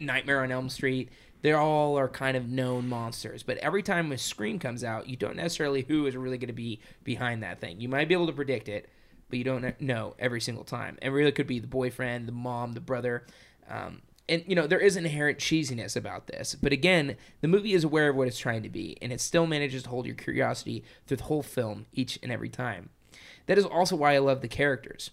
Nightmare on Elm Street. They all are kind of known monsters, but every time a scream comes out, you don't necessarily who is really going to be behind that thing. You might be able to predict it, but you don't kn- know every single time. And really could be the boyfriend, the mom, the brother. Um, and, you know, there is an inherent cheesiness about this. But again, the movie is aware of what it's trying to be, and it still manages to hold your curiosity through the whole film each and every time. That is also why I love the characters.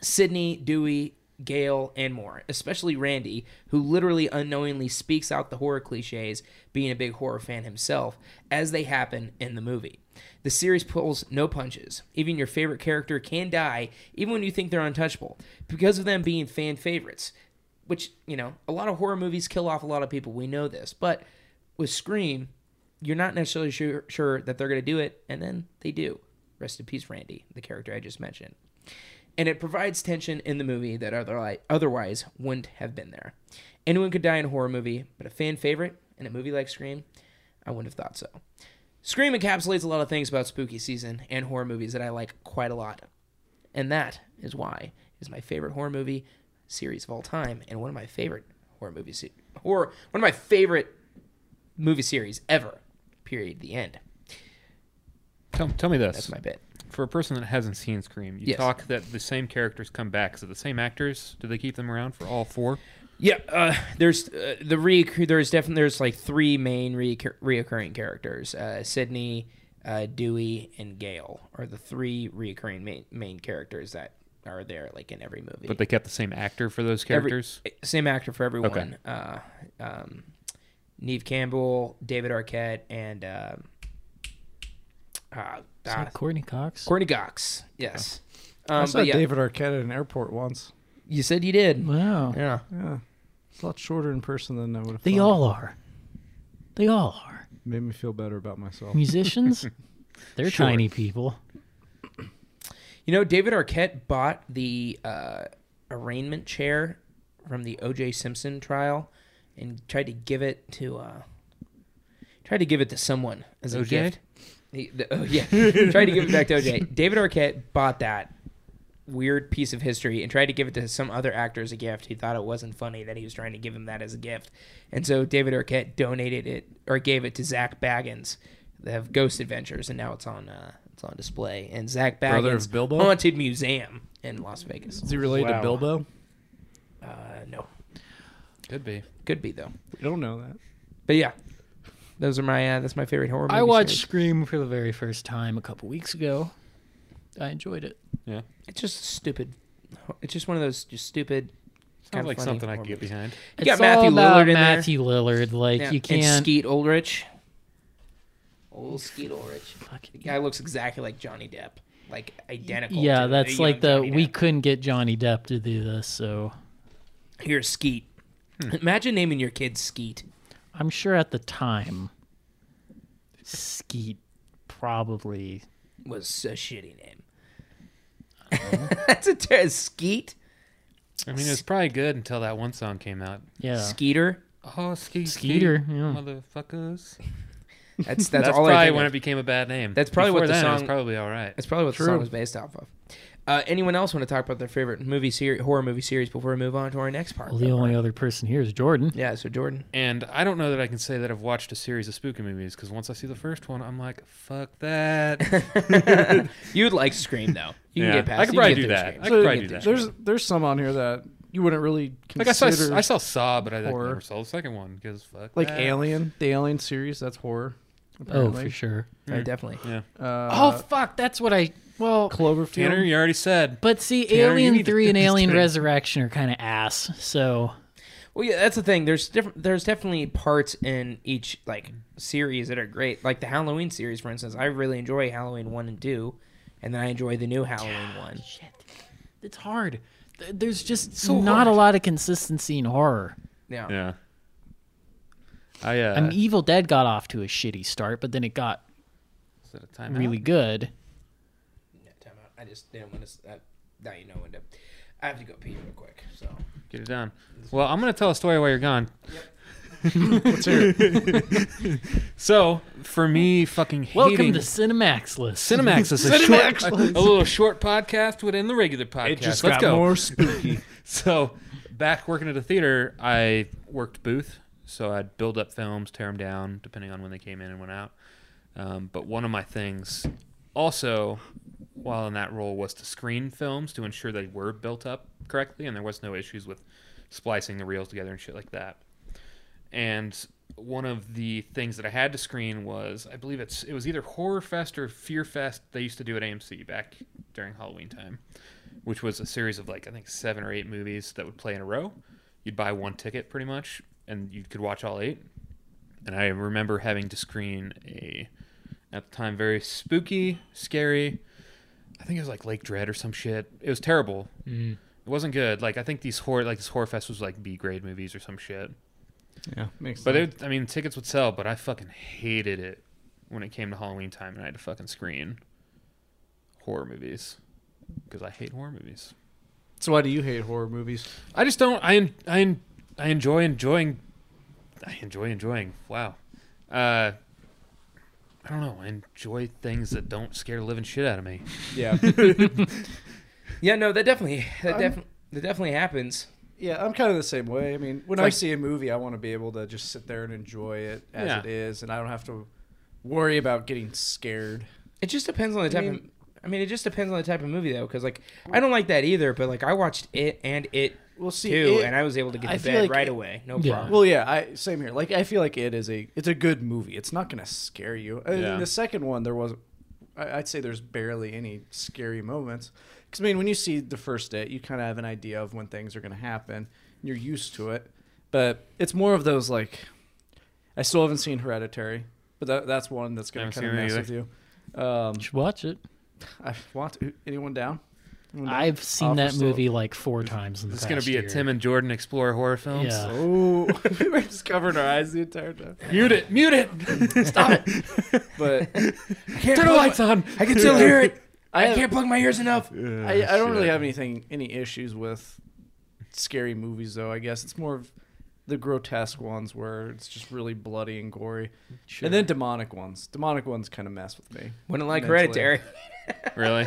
Sydney, Dewey, Gail, and more, especially Randy, who literally unknowingly speaks out the horror cliches, being a big horror fan himself, as they happen in the movie. The series pulls no punches. Even your favorite character can die, even when you think they're untouchable, because of them being fan favorites. Which, you know, a lot of horror movies kill off a lot of people. We know this. But with Scream, you're not necessarily sure, sure that they're going to do it, and then they do. Rest in peace, Randy, the character I just mentioned and it provides tension in the movie that otherli- otherwise wouldn't have been there. Anyone could die in a horror movie, but a fan favorite in a movie like Scream, I wouldn't have thought so. Scream encapsulates a lot of things about spooky season and horror movies that I like quite a lot. And that is why it is my favorite horror movie series of all time and one of my favorite horror movie se- horror one of my favorite movie series ever. Period. The end. Tell, tell me this. That's my bit. For a person that hasn't seen Scream, you Yes. talk that the same characters come back. Is it the same actors? Do they keep them around for all four? Yeah, uh, there's uh, the reoccur- There's definitely there's like three main reoccur- reoccurring characters: uh, Sydney, uh, Dewey, and Gail are the three reoccurring main, main characters that are there, like in every movie. But they kept the same actor for those Every- characters? same actor for everyone. Uh, um, Neve Campbell, David Arquette, and uh, uh, Is that Courtney Cox. Courtney Cox. Yes, I um, saw but yeah, David Arquette at an airport once. you said you did. wow. Yeah, Yeah, it's a lot shorter in person than I would have. They thought. all are. They all are. made me feel better about myself. Musicians, [LAUGHS] they're tiny people. You know, David Arquette bought the uh, arraignment chair from the O.J. Simpson trial and tried to give it to uh, tried to give it to someone as a O.J.? gift. He, the, oh, yeah, tried to give it back to O.J. David Arquette bought that weird piece of history and tried to give it to some other actor as a gift. He thought it wasn't funny that he was trying to give him that as a gift, and so David Arquette donated it or gave it to Zach Baggins of Ghost Adventures, and now it's on uh, it's on display. And Zach Baggins, Brother of Bilbo? haunted museum in Las Vegas. Is he related Wow. to Bilbo? Uh, no, Could be. could be though, We don't know that. but yeah, those are my uh, that's my favorite horror. Movie I watched series. Scream for the very first time a couple weeks ago. I enjoyed it. Yeah. It's just stupid. It's just one of those just stupid. Sounds kinda like funny something I horror could get movies. behind. You got Matthew Lillard in there. Matthew Lillard, like Yeah, you and can't. Skeet Ulrich. Old Skeet Ulrich. The fucking- guy looks exactly like Johnny Depp, like identical. yeah, to that's young like the Johnny we Depp. couldn't get Johnny Depp to do this, so Here's Skeet. Hmm. Imagine naming your kid Skeet. I'm sure at the time, Skeet probably Was a shitty name. Uh-huh. [LAUGHS] that's a ter- Skeet. I mean, it was probably good until that one song came out. yeah. Skeeter. Oh, ski, Skeeter, yeah. Motherfuckers. That's that's, That's, all I probably think when of. it became a bad name. That's probably what Before the then, it was song- probably all right. That's probably what True. the song was based off of. Uh, anyone else want to talk about their favorite movie series, horror movie series, before we move on to our next part? Well, the only other person here is Jordan. yeah, so Jordan, And I don't know that I can say that I've watched a series of spooky movies because once I see the first one, I'm like, fuck that. you'd like Scream though. You Yeah, can get past. I could you can get probably do through that. Scream. I could probably You do can get that. through There's there's some on here that you wouldn't really consider. like I saw, I saw Saw, but I like, horror. never saw the second one because fuck. like that. Alien, the Alien series. That's horror. Oh, Apparently. for sure. Scream. Uh, definitely. Yeah. Uh, oh, fuck. That's what I. Well, Cloverfield. Tanner, you already said. but see, Tanner, you Alien need to [LAUGHS] 3 and Alien understand. Resurrection are kind of ass. So, Well, yeah, that's the thing. There's different. There's definitely parts in each like series that are great. Like the Halloween series, for instance. I really enjoy Halloween one and two, and then I enjoy the new Halloween one. shit. It's hard. Th- There's just So not a hard. lot of consistency in horror. Yeah. Yeah. I uh, I mean, Evil Dead got off to a shitty start, but then it got is that a time really out? good. Yeah, time out. I just didn't want to. Uh, now you know when to. I have to go pee real quick. So. get it done. Well, I'm gonna tell a story while you're gone. [LAUGHS] so for me, fucking Welcome hating to Cinemax List. Cinemax is a, [LAUGHS] short, a, little short podcast within the regular podcast. It just Let's got go. more spooky. So, back working at a theater, I worked booth. So I'd build up films, tear them down, depending on when they came in and went out. Um, but one of my things, also, while in that role, was to screen films to ensure they were built up correctly and there was no issues with splicing the reels together and shit like that. And one of the things that I had to screen was, I believe it's it was either Horror Fest or Fear Fest they used to do at AMC back during Halloween time which was a series of like I think seven or eight movies that would play in a row. You'd buy one ticket pretty much, and you could watch all eight. And I remember having to screen a, at the time, very spooky, scary. I think it was like Lake Dread or some shit. It was terrible. It wasn't good. Like I think these horror, like this horror fest was like B grade movies or some shit. yeah, makes But sense. it, I mean, tickets would sell, but I fucking hated it when it came to Halloween time, and I had to fucking screen horror movies because I hate horror movies. so why do you hate horror movies? I just don't. I I I enjoy enjoying. I enjoy enjoying. Wow. Uh, I don't know. I enjoy things that don't scare the living shit out of me. Yeah, [LAUGHS] Yeah, no, that definitely that I'm- definitely that definitely happens. yeah, I'm kind of the same way. I mean, when I Like- see a movie, I want to be able to just sit there and enjoy it as Yeah. it is, and I don't have to worry about getting scared. It just depends on the type of. mean- I mean, it just depends on the type of movie though, because like I don't like that either. But like I watched it and it Well, see, too, it- and I was able to get I to feel bed like right it- away, no Yeah. problem. Well, yeah, I same here. Like I feel like it is a it's a good movie. It's not gonna scare you. I mean, Yeah. the second one there was, I- I'd say there's barely any scary moments. Because I mean, when you see the first it, you kind of have an idea of when things are gonna happen. And you're used to it, but it's more of those like, I still haven't seen Hereditary, but that, that's one that's gonna Haven't kind of seen it mess with you. Um, You should watch it. I want anyone down. Anyone down? I've seen Offer that still- movie like four times in the It's past gonna be year. a Tim and Jordan explore horror films. Yeah. Oh, [LAUGHS] we were just covering our eyes the entire time. Mute it. Mute it. [LAUGHS] Stop it. But I can't Turn the plug lights my- on. I can still hear it. I I, have- can't plug my ears enough. I, I don't really have anything any issues with scary movies though. I guess it's more of the grotesque ones where it's just really bloody and gory, and then demonic ones. Demonic ones kind of mess with me. Wouldn't like Mentally. Hereditary. [LAUGHS] [LAUGHS] Really.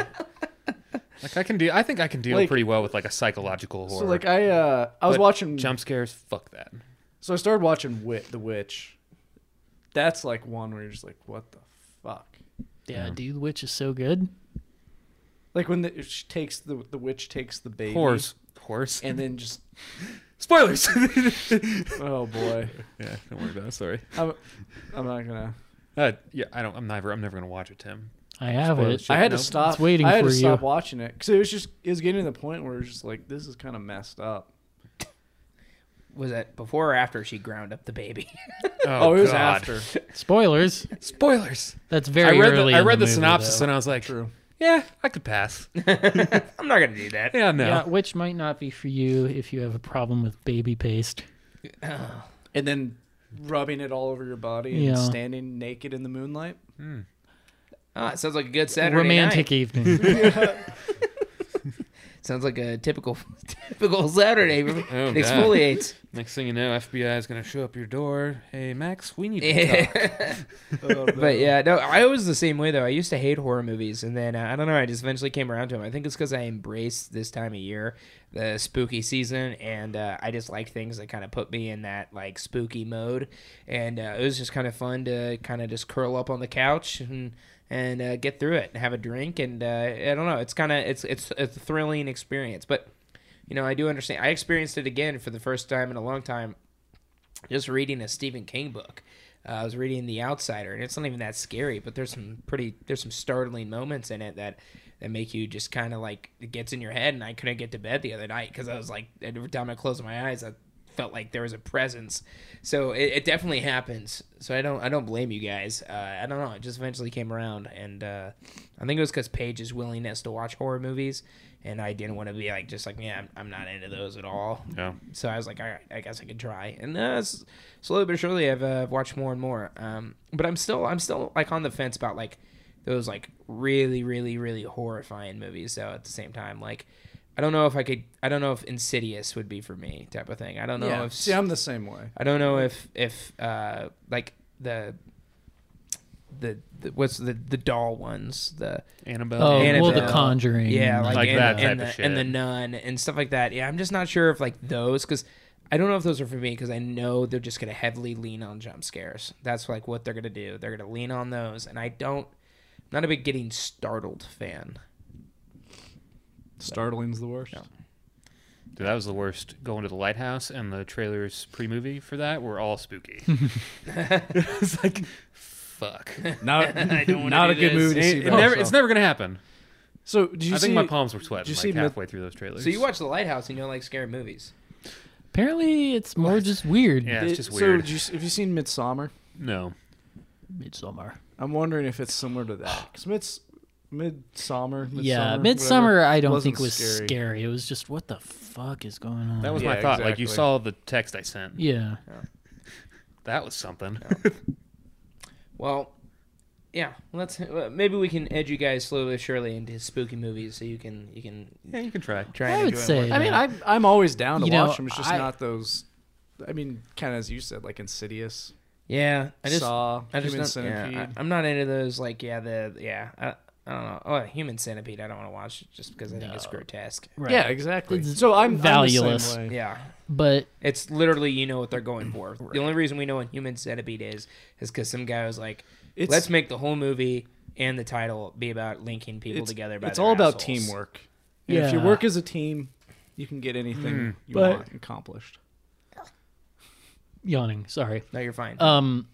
Like I can deal. I think I can deal Like- pretty well with like a psychological horror. So like I uh I was But watching jump scares. Fuck that. so I started watching Wit the Witch. That's like one where you're just like what the fuck. Yeah, Dude, the Witch is so good. Like when the she takes the the witch takes the baby Horrors. Horrors. and then just [LAUGHS] Spoilers. oh boy. yeah. Don't worry about it. Sorry. I'm, I'm not gonna Uh, yeah, I don't. I'm never. I'm never gonna watch it, Tim. I have Spoilers. it. I had Nope. to stop. It's waiting I had for to you. stop watching it because it was just it was getting to the point where it was just like this is kind of messed up. Was that before or after she ground up the baby? [LAUGHS] [LAUGHS] Oh, it was after. Spoilers. Spoilers. That's very I read early. the, I in read the, movie, synopsis though. and I was [LAUGHS] like, True. yeah, I could pass. [LAUGHS] I'm not gonna do that. Yeah, no. Yeah, which might not be for you if you have a problem with baby paste. And then rubbing it all over your body and Yeah. standing naked in the moonlight. Ah, it sounds like a good Saturday night. Romantic evening. Sounds like a typical [LAUGHS] Big old Saturday Oh, God. exfoliates. Next thing you know, FBI is gonna show up your door. Hey, Max, we [LAUGHS] need to talk. but yeah, no, I was the same way though. I used to hate horror movies, and then uh, I don't know. I just eventually came around to them. I think it's because I embraced this time of year, the spooky season, and uh, I just like things that kind of put me in that like spooky mode. And uh, it was just kind of fun to kind of just curl up on the couch and and uh, get through it and have a drink. And uh, I don't know. It's kind of it's it's it's a thrilling experience, but. You know, I do understand. I experienced it again for the first time in a long time just reading a Stephen King book. Uh, I was reading The Outsider, and it's not even that scary, but there's some pretty there's some startling moments in it that that make you just kind of like it gets in your head. And I couldn't get to bed the other night because I was like every time I closed my eyes, I felt like there was a presence. So it, it definitely happens. So I don't I don't blame you guys. Uh, I don't know. It just eventually came around, and uh, I think it was because Paige's willingness to watch horror movies, and I didn't want to be like just like yeah I'm, I'm not into those at all. Yeah. So I was like, all right, I guess I could try. And uh, s- slowly but surely, I've uh, watched more and more. Um, but I'm still, I'm still like on the fence about like those like really, really, really horrifying movies. So at the same time, like I don't know if I could, I don't know if Insidious would be for me type of thing. I don't know yeah. if See, I'm the same way. I don't know if if uh, like the. The, the what's the the doll ones the Annabelle. Oh, well, Annabelle. The Conjuring. yeah, like, like, Like and, that and type the, of and the shit. nun and stuff like that. Yeah, I'm just not sure if like those because I don't know if those are for me because I know they're just gonna heavily lean on jump scares. That's like what they're gonna do. They're gonna lean on those, and I don't. I'm not a big getting startled fan. Startling's the worst. No. Dude, that was the worst. Going to the lighthouse and the trailers pre-movie for that were all spooky. [LAUGHS] it's like, fuck. [LAUGHS] [LAUGHS] Not, I don't wanna not a do good this. movie It, to see. it by never, myself. it's never gonna happen. so, do you I see? think my palms were Oh. did you sweating see like Myth- halfway through those trailers. So you watch The Lighthouse and you don't like scary movies. Apparently, it's more just weird. Yeah, it's did- just So, weird. did you, s- have you seen Midsummer? no, Midsummer. I'm wondering if it's similar to that because Mids, Midsummer, Midsummer. yeah, whatever, Midsummer. I don't wasn't think was scary. It was just what the fuck is going on. that was my Yeah, thought. Like you exactly. saw the text I sent. yeah. That was something. Well, yeah. Let's well, maybe we can edge you guys slowly but surely into spooky movies so you can you can yeah, you can try. try. I and would enjoy it more. say. I mean, that- I'm I'm always down to You know, watch them. It's just I- not those. I mean, kind of as you said, like Insidious, yeah. I just Saw, I just Human don't, yeah, Centipede. I, am not into those. Like, yeah, the yeah. I, I don't know. Oh, human centipede. I don't want to watch just because I think it's No. grotesque. right. Yeah, exactly. It's so I'm I'm the valueless. same way. Yeah, But it's literally you know what they're [CLEARS THROAT] going for. The only reason we know what human centipede is is because some guy was like, It's- "Let's make the whole movie and the title be about linking people together." By it's their all about assholes." teamwork. And If you Yeah. work as a team, you can get anything Mm. you But- want accomplished. yawning. Sorry. No, you're Uh, fine. Um,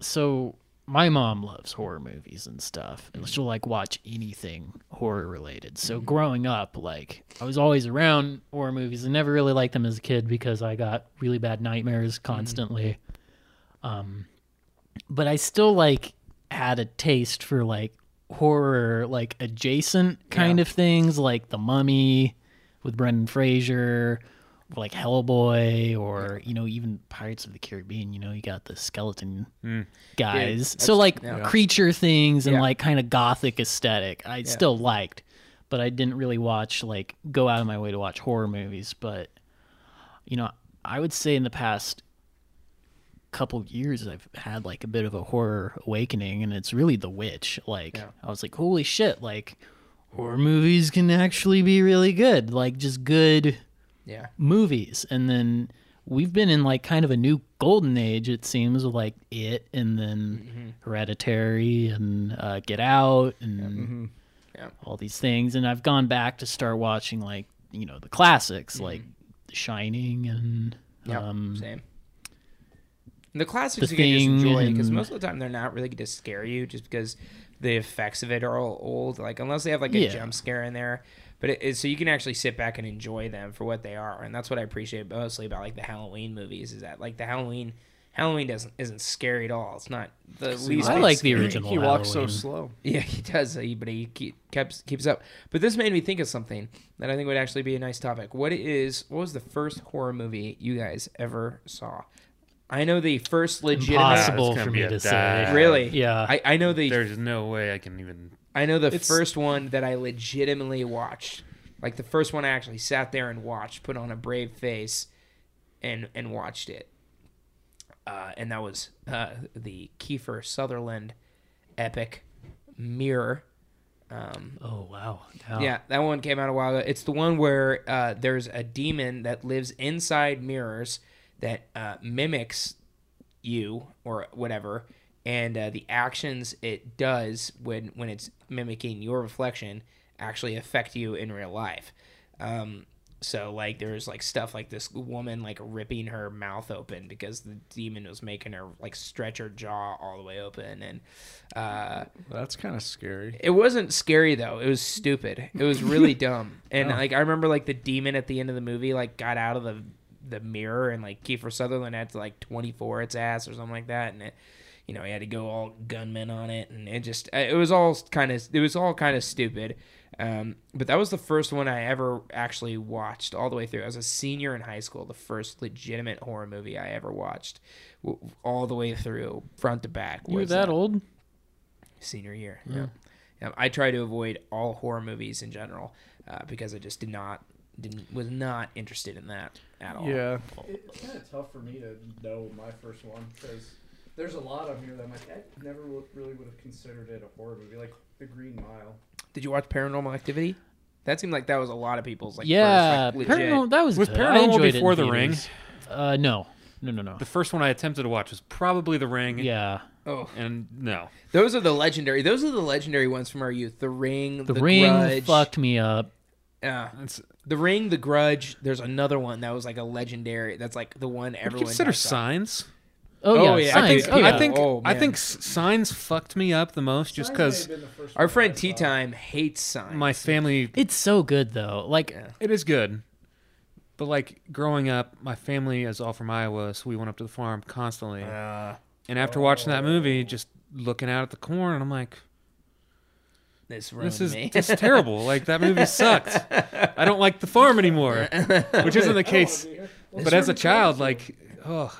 so my mom loves horror movies and stuff, and she'll like watch anything horror related. So growing up, like I was always around horror movies and never really liked them as a kid because I got really bad nightmares constantly. Um, but I still like had a taste for like horror, like adjacent kind of things, like The Mummy with Brendan Fraser, or, like Hellboy, or you know even Pirates of the Caribbean. You know you got the skeleton guys, so like creature things and Yeah. like kind of gothic aesthetic. I still liked, but I didn't really watch like go out of my way to watch horror movies. But you know I would say in the past couple years I've had like a bit of a horror awakening and it's really The Witch. Like I was like, holy shit, like horror movies can actually be really good. Like just good yeah, movies. And then we've been in like kind of a new golden age, it seems, with like it and then Hereditary and uh, Get Out and Yeah. all these things. And I've gone back to start watching like, you know, the classics like The Shining and yeah, um, same. The classics The you can just Thing enjoy because and- most of the time they're not really to scare you, just because the effects of it are all old. Like unless they have like a Yeah. jump scare in there, but it, it, so you can actually sit back and enjoy them for what they are, and that's what I appreciate mostly about like the Halloween movies is that like the Halloween Halloween doesn't isn't scary at all. It's not the least. I bit like the scary. original. He walks so Halloween. slow. Yeah, [LAUGHS] he does, uh, but he keep, keeps keeps up. But this made me think of something that I think would actually be a nice topic. What is what was the first horror movie you guys ever saw? I know the first legit. impossible gonna for be me a to dive. say. Really? Yeah. I, I know the There's no way I can even. I know the It's- first one that I legitimately watched Like the first one, I actually sat there and watched, put on a brave face, and and watched it. Uh, and that was uh, the Kiefer Sutherland epic Mirror. Um, Oh wow. Wow. yeah, that one came out a while ago. It's the one where uh, there's a demon that lives inside mirrors that uh, mimics you or whatever, and uh, the actions it does when when it's mimicking your reflection actually affect you in real life. Um, so like there's like stuff like this woman like ripping her mouth open because the demon was making her like stretch her jaw all the way open and uh That's kind of scary. it wasn't scary though. It was stupid. It was [LAUGHS] really dumb. Oh. And like I remember like the demon at the end of the movie like got out of the the mirror and like Kiefer Sutherland had to like 24 its ass or something like that and it you know, he had to go all gunman on it and it just it was all kind of it was all kind of stupid. Um, but that was the first one I ever actually watched all the way through. I was a senior in high school, the first legitimate horror movie I ever watched w- all the way through front to back. You were was, that uh, old? senior year. Yeah. Yeah, I try to avoid all horror movies in general uh, because I just did not didn't was not interested in that at all. Yeah. It's kind of tough for me to know my first one because there's a lot on here that I'm like, I never would- really would have considered it a horror movie, like The Green Mile. Did you watch Paranormal Activity? That seemed like that was a lot of people's like yeah. first, like, legit. paranormal. That was Was good. I Paranormal enjoyed it in before The Ring? theaters. Uh, no. No. No. No. The first one I attempted to watch was probably The Ring. yeah. Oh, And no, those are the legendary. Those are the legendary ones from our youth. The Ring, The, The, Ring Grudge. fucked me up. Yeah. it's The Ring, The Grudge. There's another one that was like a legendary. That's like the one I everyone would consider talks about. Signs. Oh, Oh, yeah. yeah, I Signs. think oh, yeah. I think Oh, I man. think S- Signs fucked me up the most just because Our friend Tea Time hates signs. my family. it's so good though. Like Yeah. It is good, but like growing up, my family is all from Iowa, so we went up to the farm constantly. Uh, and after watching that movie, just looking out at the corn, I'm like, this ruined this is [LAUGHS] me. this is terrible. Like [LAUGHS] that movie sucked. I don't like the farm anymore, which isn't the case. But as a child, like, oh,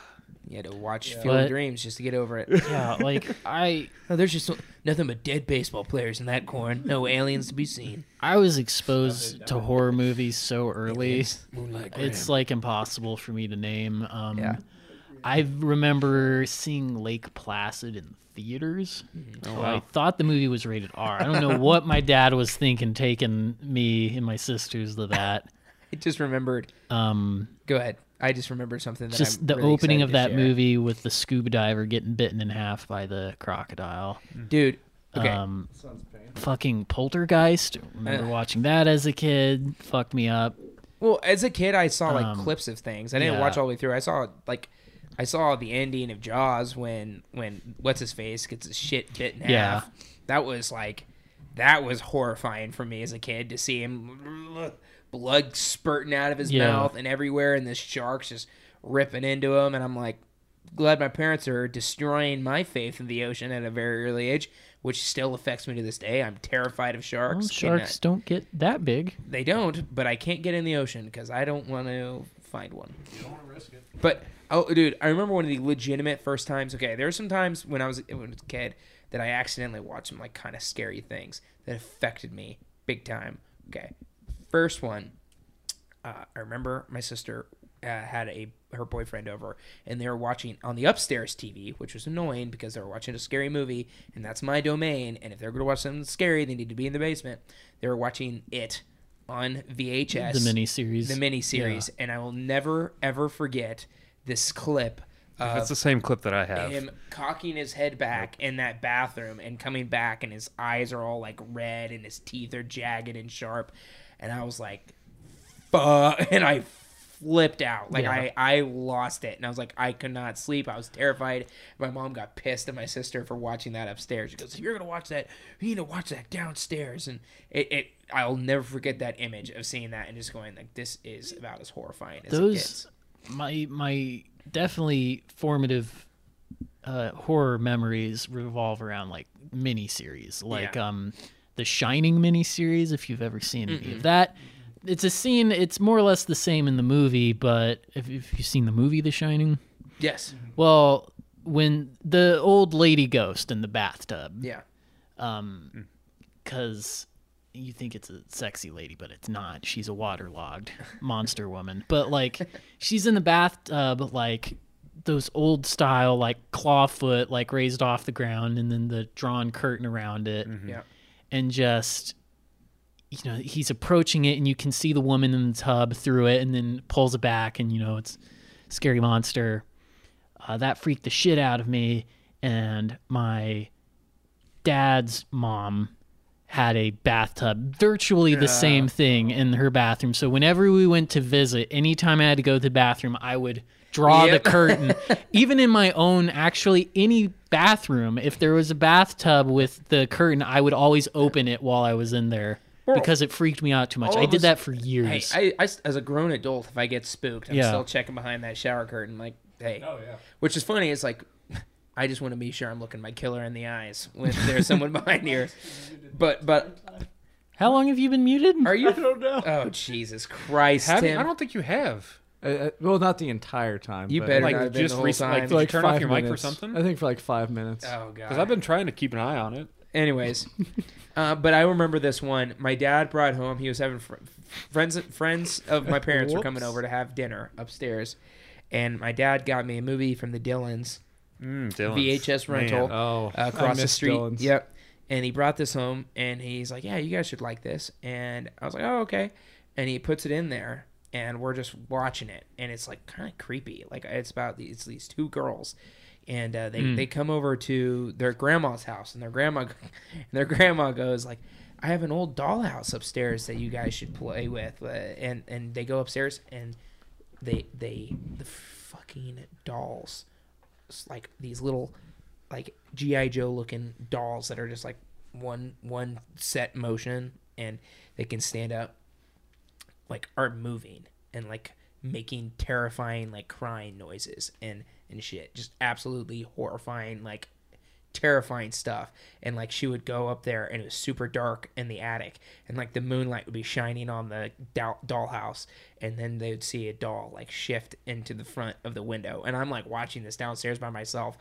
You had to watch Field But- of Dreams just to get over it. yeah, like I No, there's just nothing but dead baseball players in that corn. No aliens to be seen. I was exposed to horror movies so early. Moonlight It's like impossible for me to name. Um, Yeah. I remember seeing Lake Placid in theaters. oh I wow. thought the movie was rated R. I [LAUGHS] don't know what my dad was thinking, taking me and my sisters to that. I just remembered. Um, Go ahead. I just remembered something that just I'm the really opening excited of to that share. movie with the scuba diver getting bitten in half by the crocodile. dude. Okay, Um, Son's pain. fucking Poltergeist. Remember Uh. watching that as a kid? Fucked me up. Well, as a kid, I saw like Um, clips of things. I didn't yeah. watch all the way through. I saw like, I saw the ending of Jaws when when what's his face gets his shit bit in Yeah. half. That was like, that was horrifying for me as a kid to see him blood spurting out of his Yeah. mouth and everywhere, and this shark's just ripping into him, and I'm like. Glad my parents are destroying my faith in the ocean at a very early age, which still affects me to this day. I'm terrified of sharks. Well, Cannot- Oh, sharks don't get that big. they don't, but I can't get in the ocean because I don't want to find one. You don't want to risk it. But oh, dude, I remember one of the legitimate first times. Okay, there were some times when I was when I was a kid that I accidentally watched some like kind of scary things that affected me big time. Okay, first one, uh, I remember my sister uh, had a her boyfriend over, and they were watching on the upstairs TV, which was annoying because they were watching a scary movie, and that's my domain. And if they're going to watch something scary, they need to be in the basement. They were watching it on VHS, The miniseries. the miniseries, and I will never ever forget this clip of That's the same clip that I have. him cocking his head back in that bathroom and coming back and his eyes are all like red and his teeth are jagged and sharp and i was like fuck [LAUGHS] and i flipped out like Yeah. i i lost it and i was like i could not sleep i was terrified my mom got pissed at my sister for watching that upstairs she goes if you're gonna watch that you need to watch that downstairs and it, it i'll never forget that image of seeing that and just going like this is about as horrifying as it gets Those my my definitely formative uh, horror memories revolve around like miniseries, like Yeah. um, the Shining miniseries. If you've ever seen any of that, it's a scene. It's more or less the same in the movie, but if, if you've seen the movie The Shining, yes well, when the old lady ghost in the bathtub, yeah because you think it's a sexy lady, but it's not. She's a waterlogged monster woman. But like she's in the bathtub, like those old style, like claw foot, like raised off the ground, and then the drawn curtain around it, Yeah. and just you know he's approaching it, and you can see the woman in the tub through it, and then pulls it back, and you know it's scary monster. Uh, that freaked the shit out of me, and my dad's mom had a bathtub, virtually the same thing in her bathroom. So whenever we went to visit, anytime I had to go to the bathroom, I would draw Yep. the curtain. Even in my own, actually, any bathroom, if there was a bathtub with the curtain, I would always open it while I was in there Well, because it freaked me out too much. all I of did us- that for Hey, years. I, I s- as a grown adult, if I get spooked, I'm Yeah. still checking behind that shower curtain. Like, hey, Oh yeah. which is funny. It's like, [LAUGHS] I just want to be sure I'm looking my killer in the eyes when there's someone [LAUGHS] behind here. But, but How long have you been muted? are you? don't know. Oh Jesus Christ, Have you- Tim! I don't think you have. Uh, uh, well, not the entire time. You but better like, not Like have been the just whole recently. time. Uh, Like, did you like turn five off your mic or minutes. something? I think for like five minutes. oh God. Because I've been trying to keep an eye on it. Anyways, [LAUGHS] uh, but I remember this one. My dad brought home. He was having fr- friends. Friends of my parents were coming Whoops. over to have dinner upstairs, and my dad got me a movie from the Dillons Mm, Dylan. VHS rental Oh, uh, I across the miss street. Dylan's. Yep. And he brought this home, and he's like, "Yeah, you guys should like this." And I was like, "Oh, okay." And he puts it in there, and we're just watching it, and it's like kind of creepy. Like it's about these it's these two girls, and uh, Hmm. they they come over to their grandma's house, and their grandma, [LAUGHS] and their grandma goes like. I have an old dollhouse upstairs that you guys should play with, uh, and and they go upstairs and they they the fucking dolls s- like these little like gi joe looking dolls that are just like one one set motion and they can stand up like are moving and like making terrifying like crying noises and and shit just absolutely horrifying like terrifying stuff and like she would go up there and it was super dark in the attic and like the moonlight would be shining on the doll- dollhouse and then they would see a doll like shift into the front of the window and i'm like watching this downstairs by myself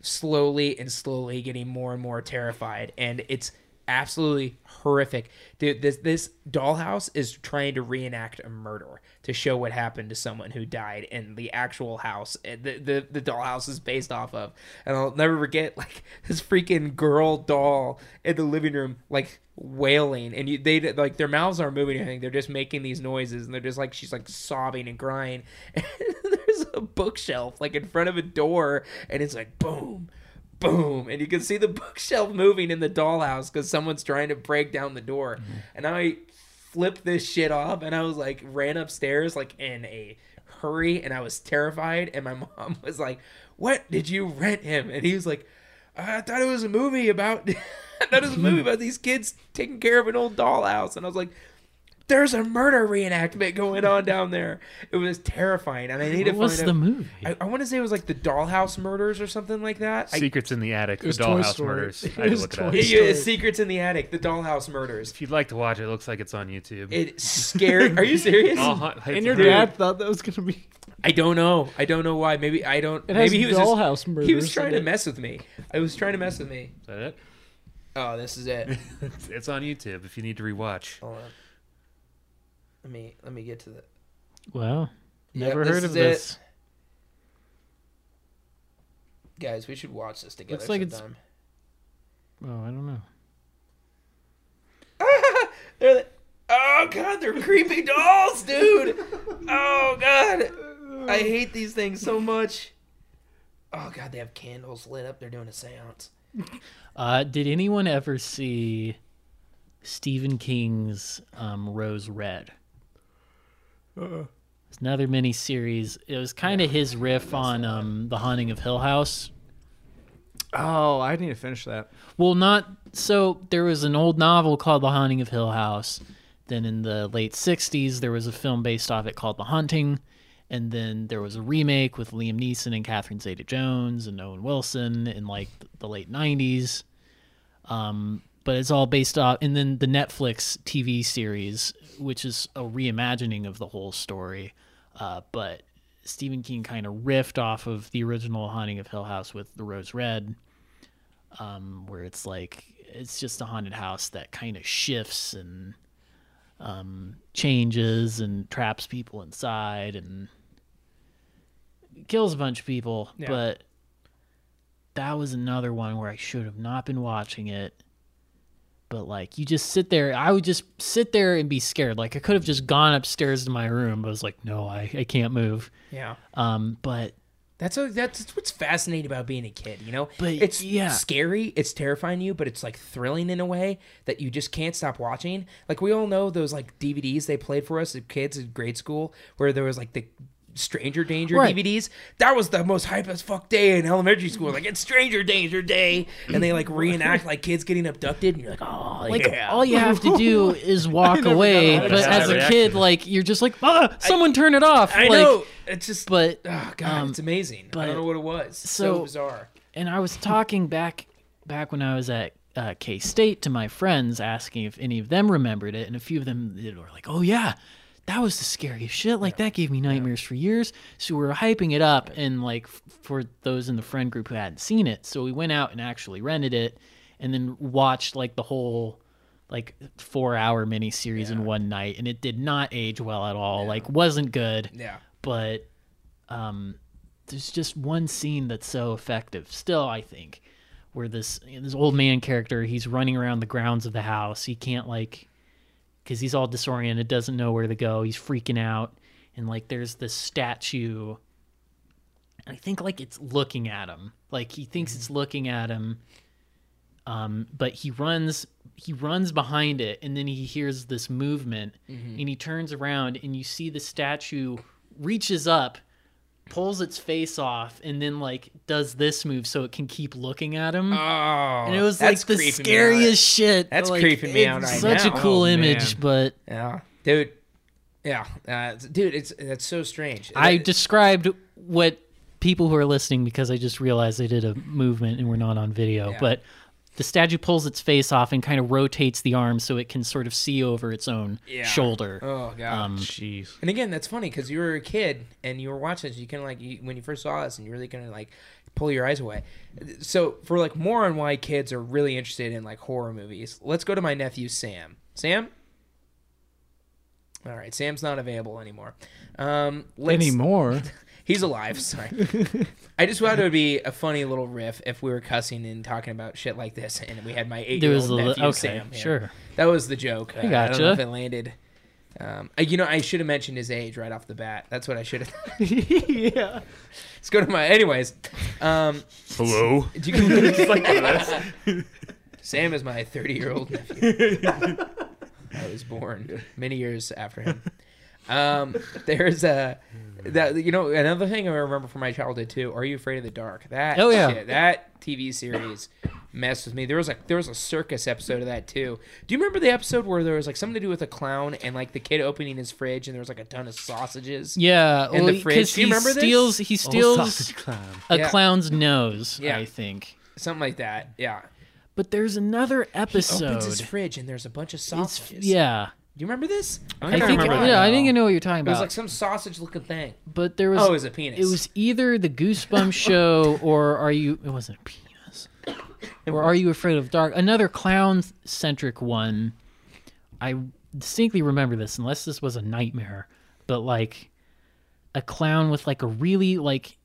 slowly and slowly getting more and more terrified and it's absolutely horrific dude this this dollhouse is trying to reenact a murder to show what happened to someone who died in the actual house eh, the the, the dollhouse is based off of and i'll never forget [LAUGHS] like this freaking girl doll in the living room like wailing and you they like their mouths aren't moving or anything they're just making these noises and they're just like she's like sobbing and crying [LAUGHS] and there's a bookshelf like in front of a door and it's like boom boom and you can see the [LAUGHS] bookshelf moving in the dollhouse because someone's trying to break down the door Mm-hmm. and i flipped this shit off and i was like ran upstairs like in a hurry and i was terrified and my [LAUGHS] mom was like what did you rent him and he was like i thought it was a movie about [LAUGHS] i thought it was a movie about these kids taking care of an old dollhouse and i was like there's a murder reenactment going on down there. It was terrifying, and I need What to was find the out. movie? I, I want to say it was like the Dollhouse Murders or something like that. I, Secrets in the Attic, The was Toy Dollhouse Story. [LAUGHS] Murders. I It had to was look it Toy up. Story. It- yeah, Secrets in the Attic, the Dollhouse Murders. If you'd like to watch it, it looks like it's on YouTube. It scared. Are you serious? Uh-huh. And It's your great. dad thought that was gonna be. [LAUGHS] I don't know. I don't know why. Maybe I don't. It has maybe he was. just- dollhouse murders. he was trying in to it. mess with me. I was trying to mess with me. Is that it? Oh, this is it. It's- It's on YouTube if you need to rewatch. Hold on. Let me let me get to the. Wow. Yep, Never this heard of is it. this. Guys, we should watch this together. Looks like it's- sometime. Oh, I don't know. They're like, oh god, they're creepy dolls, dude. Oh god, I hate these things so much. Oh god, they have candles lit up. They're doing a séance. Uh, did anyone ever see Stephen King's um, Rose Red? It's another mini series. It was kind of his riff on um, The Haunting of Hill House. Oh, I need to finish that. Well, not so. There was an old novel called The Haunting of Hill House. Then in the late 60s, there was a film based off it called The Haunting. And then there was a remake with Liam Neeson and Catherine Zeta Jones and Owen Wilson in like the late 90s. Um, but it's all based off. And then the Netflix TV series, which is a reimagining of the whole story. Uh, but Stephen King kind of riffed off of the original Haunting of Hill House with The Rose Red um, where it's like it's just a haunted house that kind of shifts and um, changes and traps people inside and kills a bunch of people. Yeah. But that was another one where I should have not been watching it. But like you just sit there, I would just sit there and be scared. Like I could have just gone upstairs to my room, but I was like, no, I, I can't move. Yeah. Um, but That's what, that's what's fascinating about being a kid, you know. But, it's yeah. scary, it's terrifying you, but it's like thrilling in a way that you just can't stop watching. Like we all know those like DVDs they played for us as kids in grade school, where there was like the Stranger Danger Right. DVDs. That was the most hype as fuck day in elementary school. Like it's Stranger Danger Day, and they like reenact like kids getting abducted, and you're like, oh, like yeah. all you have to [LAUGHS] do is walk away. that. But Yeah, as that a reaction. kid, like you're just like, ah, someone turn it off. I like, know. It's just, but But uh, um, oh god, it's amazing. I but- don't know what it was. So, so- bizarre. and I was talking back back when I was at uh, K State to my friends, asking if any of them remembered it, and a few of them they were like, "Oh yeah, that was the scariest shit. Like that gave me nightmares for years." So we were hyping it up, and like f- for those in the friend group who hadn't seen it, so we went out and actually rented it, and then watched like the whole like four hour miniseries in one night, and it did not age well at all. Like wasn't good Yeah. but um, there's just one scene that's so effective still i think where this this old man character he's running around the grounds of the house he can't like because he's all disoriented doesn't know where to go he's freaking out and like there's this statue i think like it's looking at him like he thinks Mm-hmm. it's looking at him um, but he runs he runs behind it and then he hears this movement Mm-hmm. and he turns around and you see the statue reaches up pulls its face off and then like does this move so it can keep looking at him Oh, and it was like that's the creeping me out. scariest shit That's like, creeping me it's out right such now. a cool Oh, image man. but Yeah, dude. Yeah, uh, dude. It's that's so strange. i It- described what people who are listening because i just realized i did a movement and we're not on video Yeah. but the statue pulls its face off and kind of rotates the arm so it can sort of see over its own Yeah. shoulder Oh god. um, Jeez. and again, that's funny because you were a kid and you were watching this. You can like you, when you first saw this, and you really kind of like pull your eyes away. So for like more on why kids are really interested in like horror movies, let's go to my nephew Sam. Sam. All right, Sam's not available anymore. Um, let's, Anymore. He's alive. [LAUGHS] Sorry. I just thought it would be a funny little riff if we were cussing and talking about shit like this, and we had my there eight-year-old was a nephew little okay Sam. here. sure That was the joke. Uh, I, don't know gotcha. if it landed. Um, uh, you know, I should have mentioned his age right off the bat. That's what I [LAUGHS] should have. [LAUGHS] yeah Let's go to my. Anyways, um, [LAUGHS] Hello. do you, Sam is my 30 year old nephew. I was born many years after him. Um, there's a that you know another thing I remember from my childhood too. Are you afraid of the dark? That Oh, yeah. shit, that TV series messed with me. There was like there was a circus episode of that too. Do you remember the episode where there was like something to do with a clown and like the kid opening his fridge and there was like a ton of sausages? Yeah, in the well, fridge. 'cause Do you he remember this? steals, He steals sausage clown. a Yeah. clown's nose, Yeah. I think. Something like that. Yeah. But there's another episode. Opens his fridge and there's a bunch of It's- sausages. yeah, Do you remember this? I don't think. remember that yeah, at I all. think I know what you're talking It was about. like some sausage looking thing. but there was. oh, it was a penis. It was either [LAUGHS] the Goosebumps show or Are You? It wasn't a penis. or Are You Afraid of Dark? Another clown-centric one. I distinctly remember this, unless this was a nightmare. But like a clown with like a really like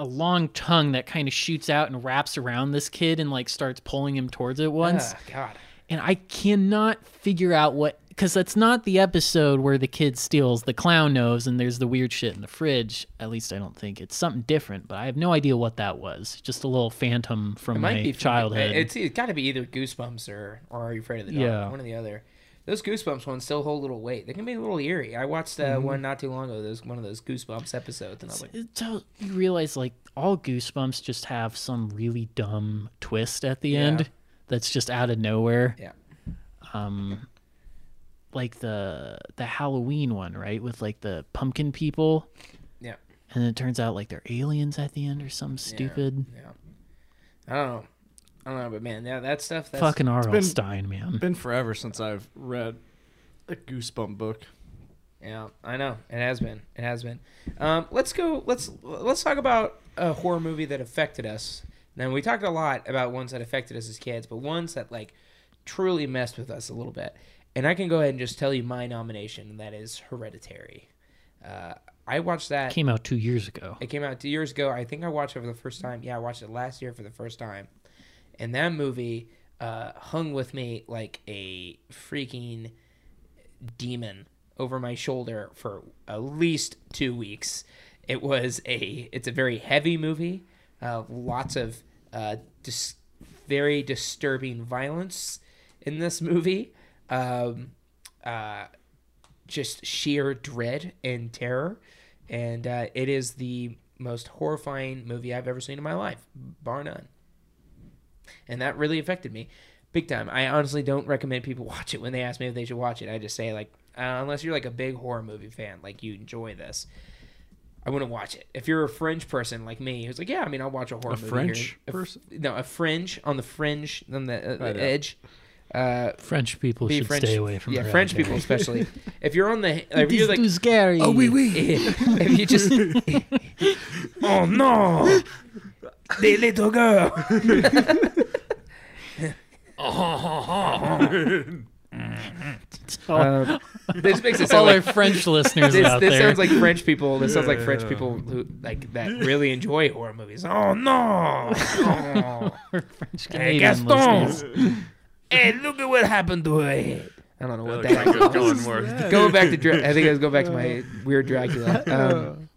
a long tongue that kind of shoots out and wraps around this kid and like starts pulling him towards it once Ah, God. and I cannot figure out what because that's not the episode where the kid steals the clown nose and there's the weird shit in the fridge. At least I don't think it's something different, but I have no idea what that was. Just a little phantom from It my might be childhood. It's, it's got to be either Goosebumps or or Are You Afraid of the Dark? Yeah. One or the other. Those Goosebumps ones still hold a little weight. They can be a little eerie. I watched uh, Mm-hmm. one not too long ago. Those one of those Goosebumps episodes, and I was like, It's how you realize like all Goosebumps just have some really dumb twist at the end that's just out of nowhere. yeah, Um, like the the Halloween one, right? With like the pumpkin people. yeah, And it turns out like they're aliens at the end or some stupid yeah. I don't know. I don't know, but man, yeah, that stuff. That's, fucking R.L. been- Stein, man. Been forever since I've read a Goosebump book. Yeah, I know. It has been. It has been. Um, let's go. Let's let's talk about a horror movie that affected us. Now we talked a lot about ones that affected us as kids, but ones that like truly messed with us a little bit. And I can go ahead and just tell you my nomination, and that is Hereditary. Uh, I watched that. Came out two years ago. It came out two years ago. I think I watched it for the first time. Yeah, I watched it last year for the first time. And that movie uh, hung with me like a freaking demon over my shoulder for at least two weeks. It was a. It's a very heavy movie. Uh, lots of uh, dis- very disturbing violence in this movie. Um, uh, just sheer dread and terror. And uh, it is the most horrifying movie I've ever seen in my life, bar none. And that really affected me big time. I honestly don't recommend people [LAUGHS] watch it when they ask me if they should watch it. I just say, like, uh, unless you're like a big horror movie fan, like you enjoy this, I wouldn't watch it. If you're a fringe person like me, who's like, yeah, I mean, I'll watch a horror A movie. fringe here. A f- person? No, a fringe on the fringe, on the, uh, the Right up. edge. Uh, French people be should French. stay away from yeah, French people [LAUGHS] especially. if you're on the, if you're like, scary. Oh, we if you just oh no the little girl [LAUGHS] Uh, um, this makes it sound All our like [LAUGHS] French listeners this, out this there. sounds like French people. This sounds like French people who like that really enjoy horror movies. Oh no! Oh. Our [LAUGHS] French hey Canadian listeners. Gaston! hey, look at what happened to her head. I don't know what That that was is. going worse. [LAUGHS] Going back to, Dra- I think I was going back to my weird Dracula. [LAUGHS] Um,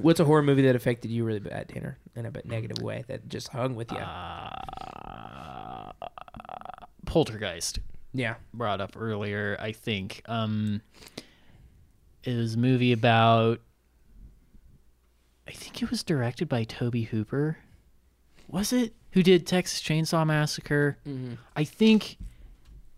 what's a horror movie that affected you really bad, Tanner, in a bit negative way that just hung with you? Uh, Poltergeist yeah, brought up earlier, I think. Um, it was a movie about. I think it was directed by Toby Hooper. Was it? Mm-hmm. Who did Texas Chainsaw Massacre? I think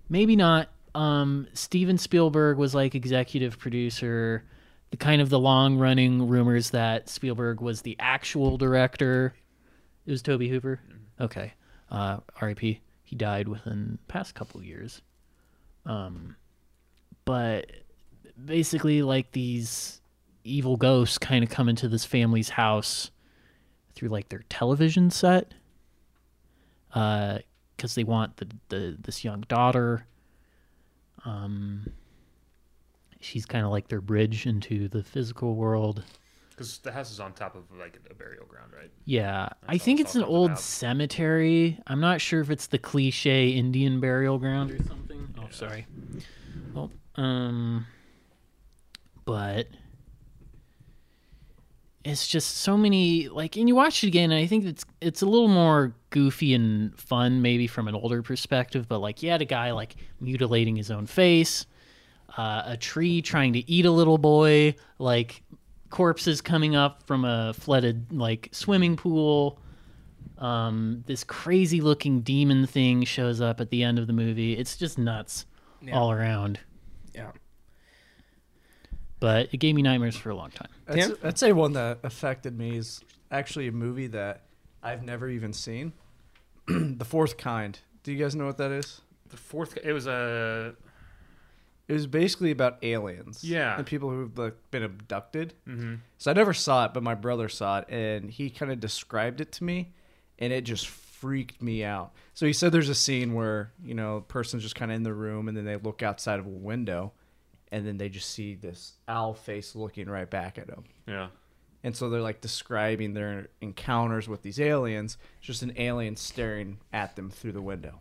maybe not. Um, Steven Spielberg was like executive producer. The kind of the long running rumors that Spielberg was the actual director. It was Toby Hooper. Okay. Uh, R.I.P. He died within the past couple years. Um, but basically, like these evil ghosts kind of come into this family's house through like their television set because they want the, the this young daughter. Um, she's kind of like their bridge into the physical world. Because the house is on top of like a burial ground, right? Yeah, I That's think all it's an talking old about. cemetery. I'm not sure if it's the cliche Indian burial ground or something. Oh, sorry. Well, um, but it's just so many like, and you watch it again, and I think it's it's a little more goofy and fun, maybe from an older perspective. But like, you had a guy like mutilating his own face, uh, a tree trying to eat a little boy, like corpses coming up from a flooded like swimming pool. Um, this crazy looking demon thing shows up at the end of the movie. It's just nuts Yeah. all around. yeah. But it gave me nightmares for a long time. I'd, Tim? s- I'd say one that affected me is actually a movie that I've never even seen. [CLEARS THROAT] the Fourth Kind. Do you guys know what that is? The fourth, it was a It was basically about aliens. Yeah. And people who've like, been abducted. Mm-hmm. So I never saw it, but my brother saw it, and he kind of described it to me, and it just freaked me out. So he said there's a scene where you know a person's just kind of in the room, and then they look outside of a window, and then they just see this owl face looking right back at them. yeah. And so they're like describing their encounters with these aliens, It's just an alien staring at them through the window.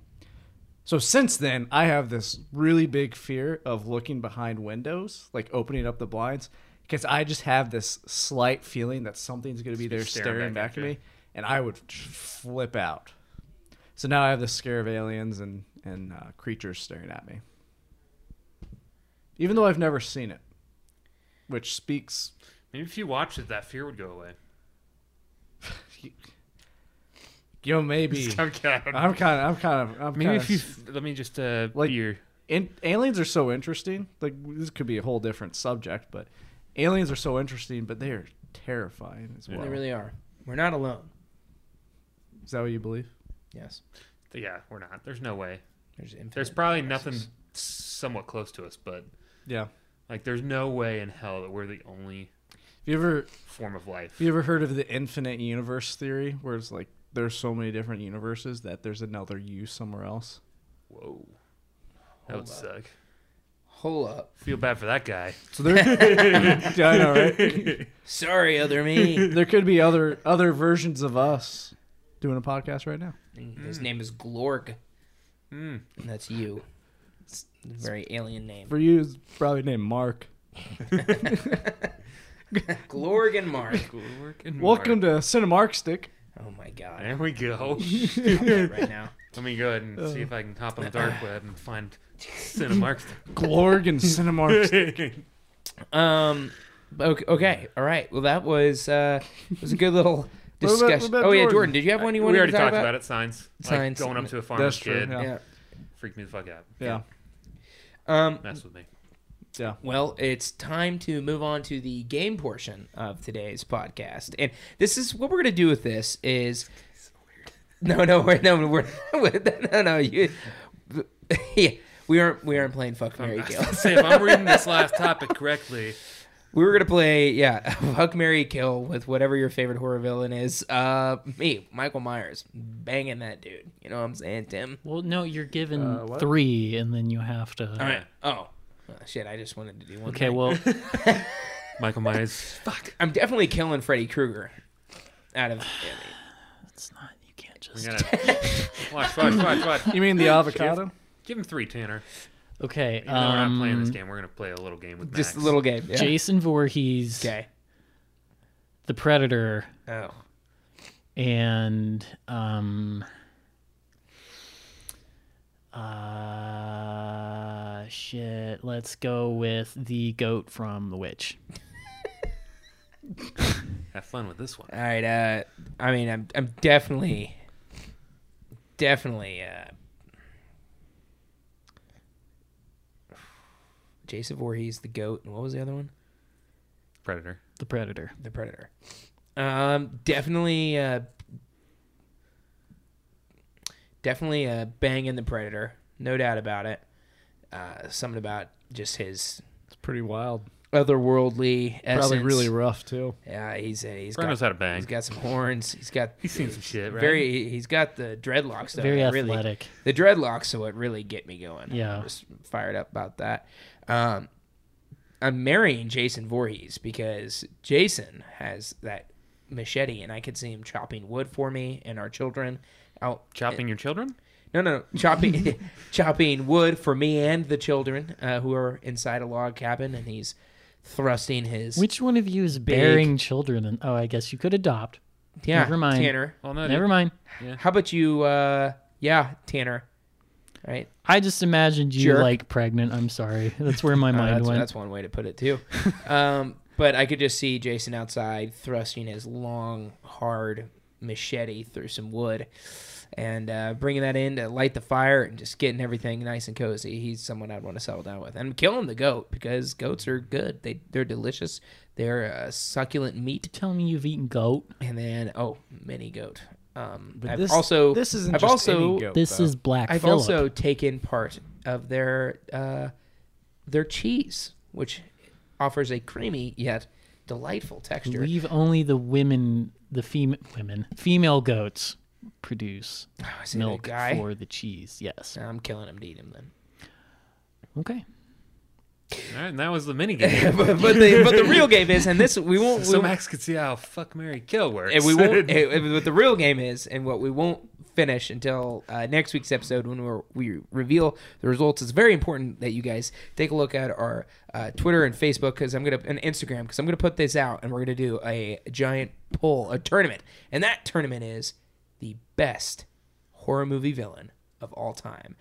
So since then, I have this really big fear of looking behind windows, like opening up the blinds, because I just have this slight feeling that something's going to be there staring staring, back, back at at you. me, and I would just flip out. So now I have this scare of aliens and and uh, creatures staring at me, even though I've never seen it, which speaks Maybe if you watched it, that fear would go away. Yo, [LAUGHS] maybe. I'm kidding. I'm kind of, I'm kind of, I'm Maybe kind if of. you let me just uh, Like- be your in, aliens are so interesting. Like this could be a whole different subject, but aliens are so interesting, but they are terrifying as well. They really are. We're not alone. Is that what you believe? Yes. yeah, we're not. There's no way. There's infinite. There's probably universes. nothing somewhat close to us, but Yeah. like, there's no way in hell that we're the only Have you ever, form of life. have you ever heard of the infinite universe theory, where it's like there's so many different universes that there's another you somewhere else. Whoa. That would suck. Hold up. Feel bad for that guy. So there, [LAUGHS] yeah, I know, right? Sorry, [LAUGHS] other me. There could be other other versions of us doing a podcast right now. His name is Glorg. Mm. And that's you. It's a very alien name. For you, it's probably named Mark. Glorg and Mark. Welcome to Cinemark Stick. Oh my god. [LAUGHS] There we go. right now. [LAUGHS] Let me go ahead and see if I can hop on the dark web and find [LAUGHS] Cinemark. Glorg and [LAUGHS] Cinemark Stick. Um okay, okay. All right. Well, that was uh was a good little What about- what discussion. about oh yeah, Jordan? Jordan, did you have one you we wanted already to talked talk about, it. Signs. Signs. Like going up to a farmer's That's true. kid. Yeah. Yeah. Freaked me the fuck out. Yeah. Um Mess with me. Yeah. Well, it's time to move on to the game portion of today's podcast, and this is what we're gonna do with this is. [LAUGHS] No, no, we're no, we're [LAUGHS] no, no. You, [LAUGHS] yeah, we aren't we aren't playing fuck [LAUGHS] Mary [LAUGHS] kill. Say, if I'm reading this last topic correctly, We were gonna play yeah [LAUGHS] fuck Mary kill with whatever your favorite horror villain is. Uh, me, Michael Myers, banging that dude. You know what I'm saying, Tim? Well, no, you're given Uh, what? three, and then you have to. All right. Oh, oh, shit! I just wanted to do one. Okay, thing. [LAUGHS] well, [LAUGHS] Michael Myers. fuck. I'm definitely killing Freddy Krueger. [SIGHS] Out of it's not. You can't We just. gotta watch, watch, watch, watch. You mean the avocado? Give him three, Tanner. Okay. Even though we're not playing this um, game, we're gonna play a little game with just a Max. little game. Yeah. Jason Voorhees, Okay. the Predator, Oh. and um. Uh, shit. Let's go with the goat from The Witch. Have fun with this one. All right. Uh, I mean, I'm I'm definitely, definitely. Uh, Jason Voorhees, the goat, and what was the other one? Predator. The Predator. The Predator. Um, definitely. Uh, definitely uh, banging the Predator, no doubt about it. Uh, something about just his It's pretty wild. otherworldly essence. Probably really rough too. Yeah, he's he's Brad got knows how to bang. he's got some horns. He's [LAUGHS] got He's seen some shit, right? Very, he's got the dreadlocks. Though, Very that really- athletic. the dreadlocks, so it really get me going. Yeah. I'm just fired up about that. Um, I'm marrying Jason Voorhees because Jason has that machete, and I could see him chopping wood for me and our children. Out Chopping your children? no, no, no. [LAUGHS] chopping, [LAUGHS] chopping wood for me and the children uh, who are inside a log cabin, and he's thrusting his Which one of you is bearing children? And oh, I guess you could adopt. yeah never mind. Tanner. Well, no, Never mind. How about you? Uh, yeah, Tanner. All right. I just imagined you Jerk. like pregnant. I'm sorry. That's where my [LAUGHS] Uh, mind that's, went. that's one way to put [LAUGHS] it too. um, but I could just see Jason outside thrusting his long, hard machete through some wood, and uh, bringing that in to light the fire and just getting everything nice and cozy. He's someone I'd want to settle down with, and killing the goat because goats are good. They they're delicious. They're uh, succulent meat, Tell me you've eaten goat. and then oh, mini goat. Um, But I've this- also this isn't I've just also any goat, This though. is Black I've Phillip. also taken part of their uh, their cheese, which offers a creamy yet delightful texture. Leave only the women, the female women, female goats produce Oh, I see the milk guy. for the cheese. Yes. I'm killing him to eat him then. Okay. All right, and that was the mini game. but, but the but the real game is, and this we won't. so we, Max could see how fuck Mary Kill works. and we [LAUGHS] won't. eh, eh, what the real game is, and what we won't finish until uh, next week's episode when we're, we reveal the results. It's very important that you guys take a look at our uh, Twitter and Facebook because I'm gonna and Instagram because I'm gonna put this out, and we're gonna do a giant poll, a tournament, and that tournament is the best horror movie villain of all time.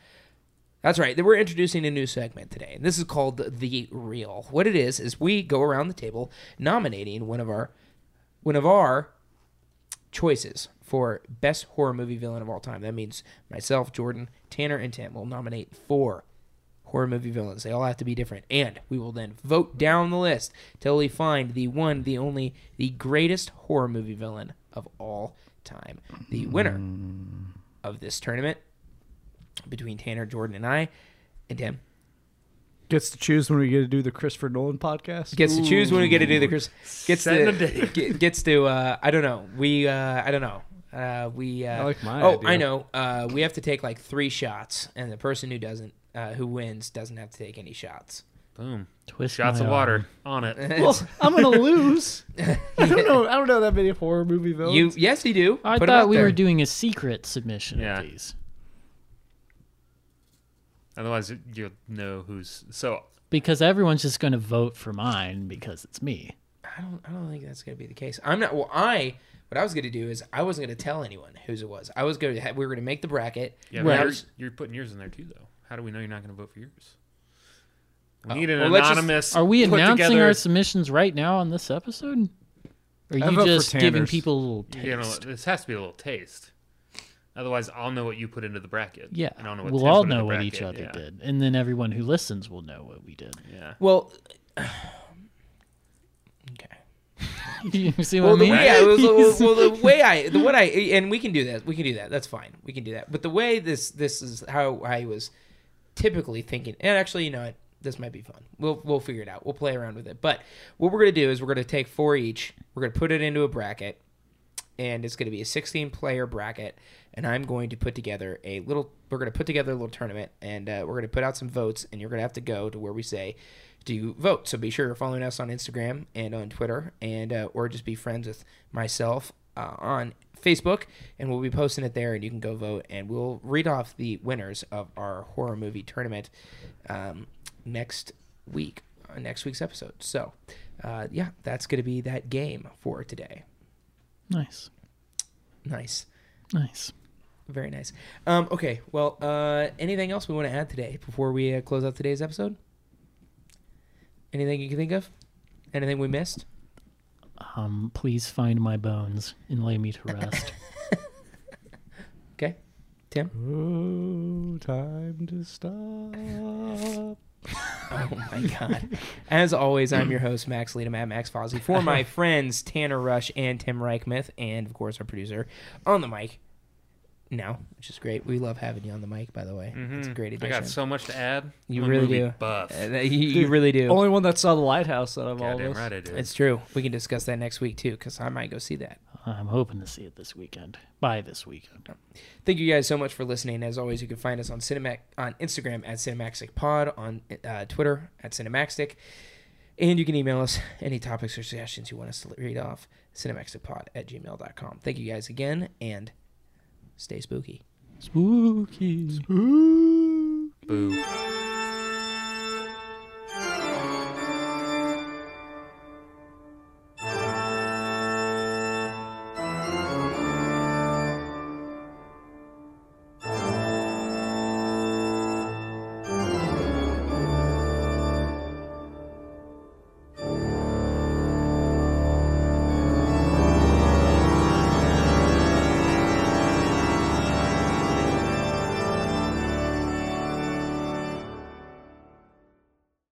That's right. We're introducing a new segment today, and this is called the Real. What it is is we go around the table nominating one of our one of our choices for best horror movie villain of all time. That means myself, Jordan, Tanner, and Tim will nominate four horror movie villains. They all have to be different, and we will then vote down the list till we find the one, the only, the greatest horror movie villain of all time. The winner of this tournament between Tanner, Jordan, and I, and Tim Gets to choose when we get to do the Christopher Nolan podcast. gets to choose when we get to do the Chris gets Setting to a date. get- gets to uh, I don't know we uh, I don't know Uh, we. Uh, I like my Oh, idea. I know. Uh, we have to take like three shots, and the person who doesn't, uh, who wins, doesn't have to take any shots. Boom. Twist Shots my of arm. water on [LAUGHS] it. Well, I'm gonna lose. I don't know. I don't know that many horror movie villains. You yes, you do. I Put 'em thought out we there. were doing a secret submission Yeah. of these Otherwise, it- you'll know who's. So because everyone's just going to vote for mine because it's me. I don't. I don't think that's gonna be the case. I'm not. Well, I. What I was gonna do is I wasn't gonna tell anyone whose it was. I was gonna. ha- We were gonna make the bracket. yeah, and but I you're, was- you're putting yours in there too, though. How do we know you're not going to vote for yours? We Oh. need an Well, let's just- anonymous. Are we put announcing together, our submissions right now on this episode? Or I are you vote for just giving Tanner's. people a little You know, taste? this has to be a little taste. Otherwise, I'll know what you put into the bracket. Yeah, and I'll know what we'll Tim all put in know the what bracket. each other yeah. did, and then everyone who listens will know what we did. [LAUGHS] Yeah. Well. [SIGHS] Okay. you see what Well, I the mean? way I was, well, He's- well, the [LAUGHS] way I, the what I, and we can do that. We can do that. That's fine. We can do that. But the way this, this is how I was typically thinking. And actually, you know what? This might be fun. We'll we'll figure it out. We'll play around with it. But what we're gonna do is we're gonna take four each. We're gonna put it into a bracket, and it's gonna be a 16 player bracket. And I'm going to put together a little. We're gonna put together a little tournament, and uh, we're gonna put out some votes. And you're gonna have to go to where we say to vote. So be sure you're following us on Instagram and on Twitter, and uh, or just be friends with myself uh, on Facebook, and we'll be posting it there, and you can go vote, and we'll read off the winners of our horror movie tournament um, next week, on next week's episode. So, uh, yeah, that's gonna be that game for today. [LAUGHS] nice, Nice. nice. Very nice. Um, okay, well, uh, anything else we want to add today before we uh, close out today's episode? Anything you can think of? Anything we missed? Um, please find my bones and lay me to [LAUGHS] rest. Okay, Tim. Oh, time to stop. [LAUGHS] Oh my God! As always, I'm your host Max Lita, Matt Max Fozzie, for [LAUGHS] my friends Tanner Rush and Tim Reichmuth, and of course our producer on the mic now, which is great. We love having you on the mic, by the way. It's a Mhm. great I addition. got so much to add. You I'm a really movie do. Buff. Uh, you, you really do. Only one that saw the lighthouse out of all of Goddamn us. right I do. It's true. We can discuss that next week too, because I might go see that. I'm hoping to see it this weekend. By this weekend. Thank you guys so much for listening. As always, you can find us on Cinemac on Instagram at Cinemaxtic Pod, on uh, Twitter at Cinemaxtic, and you can email us any topics or suggestions you want us to read off cinemaxicpod at gmail.com. Thank you guys again, and stay spooky. Spooky. Boo.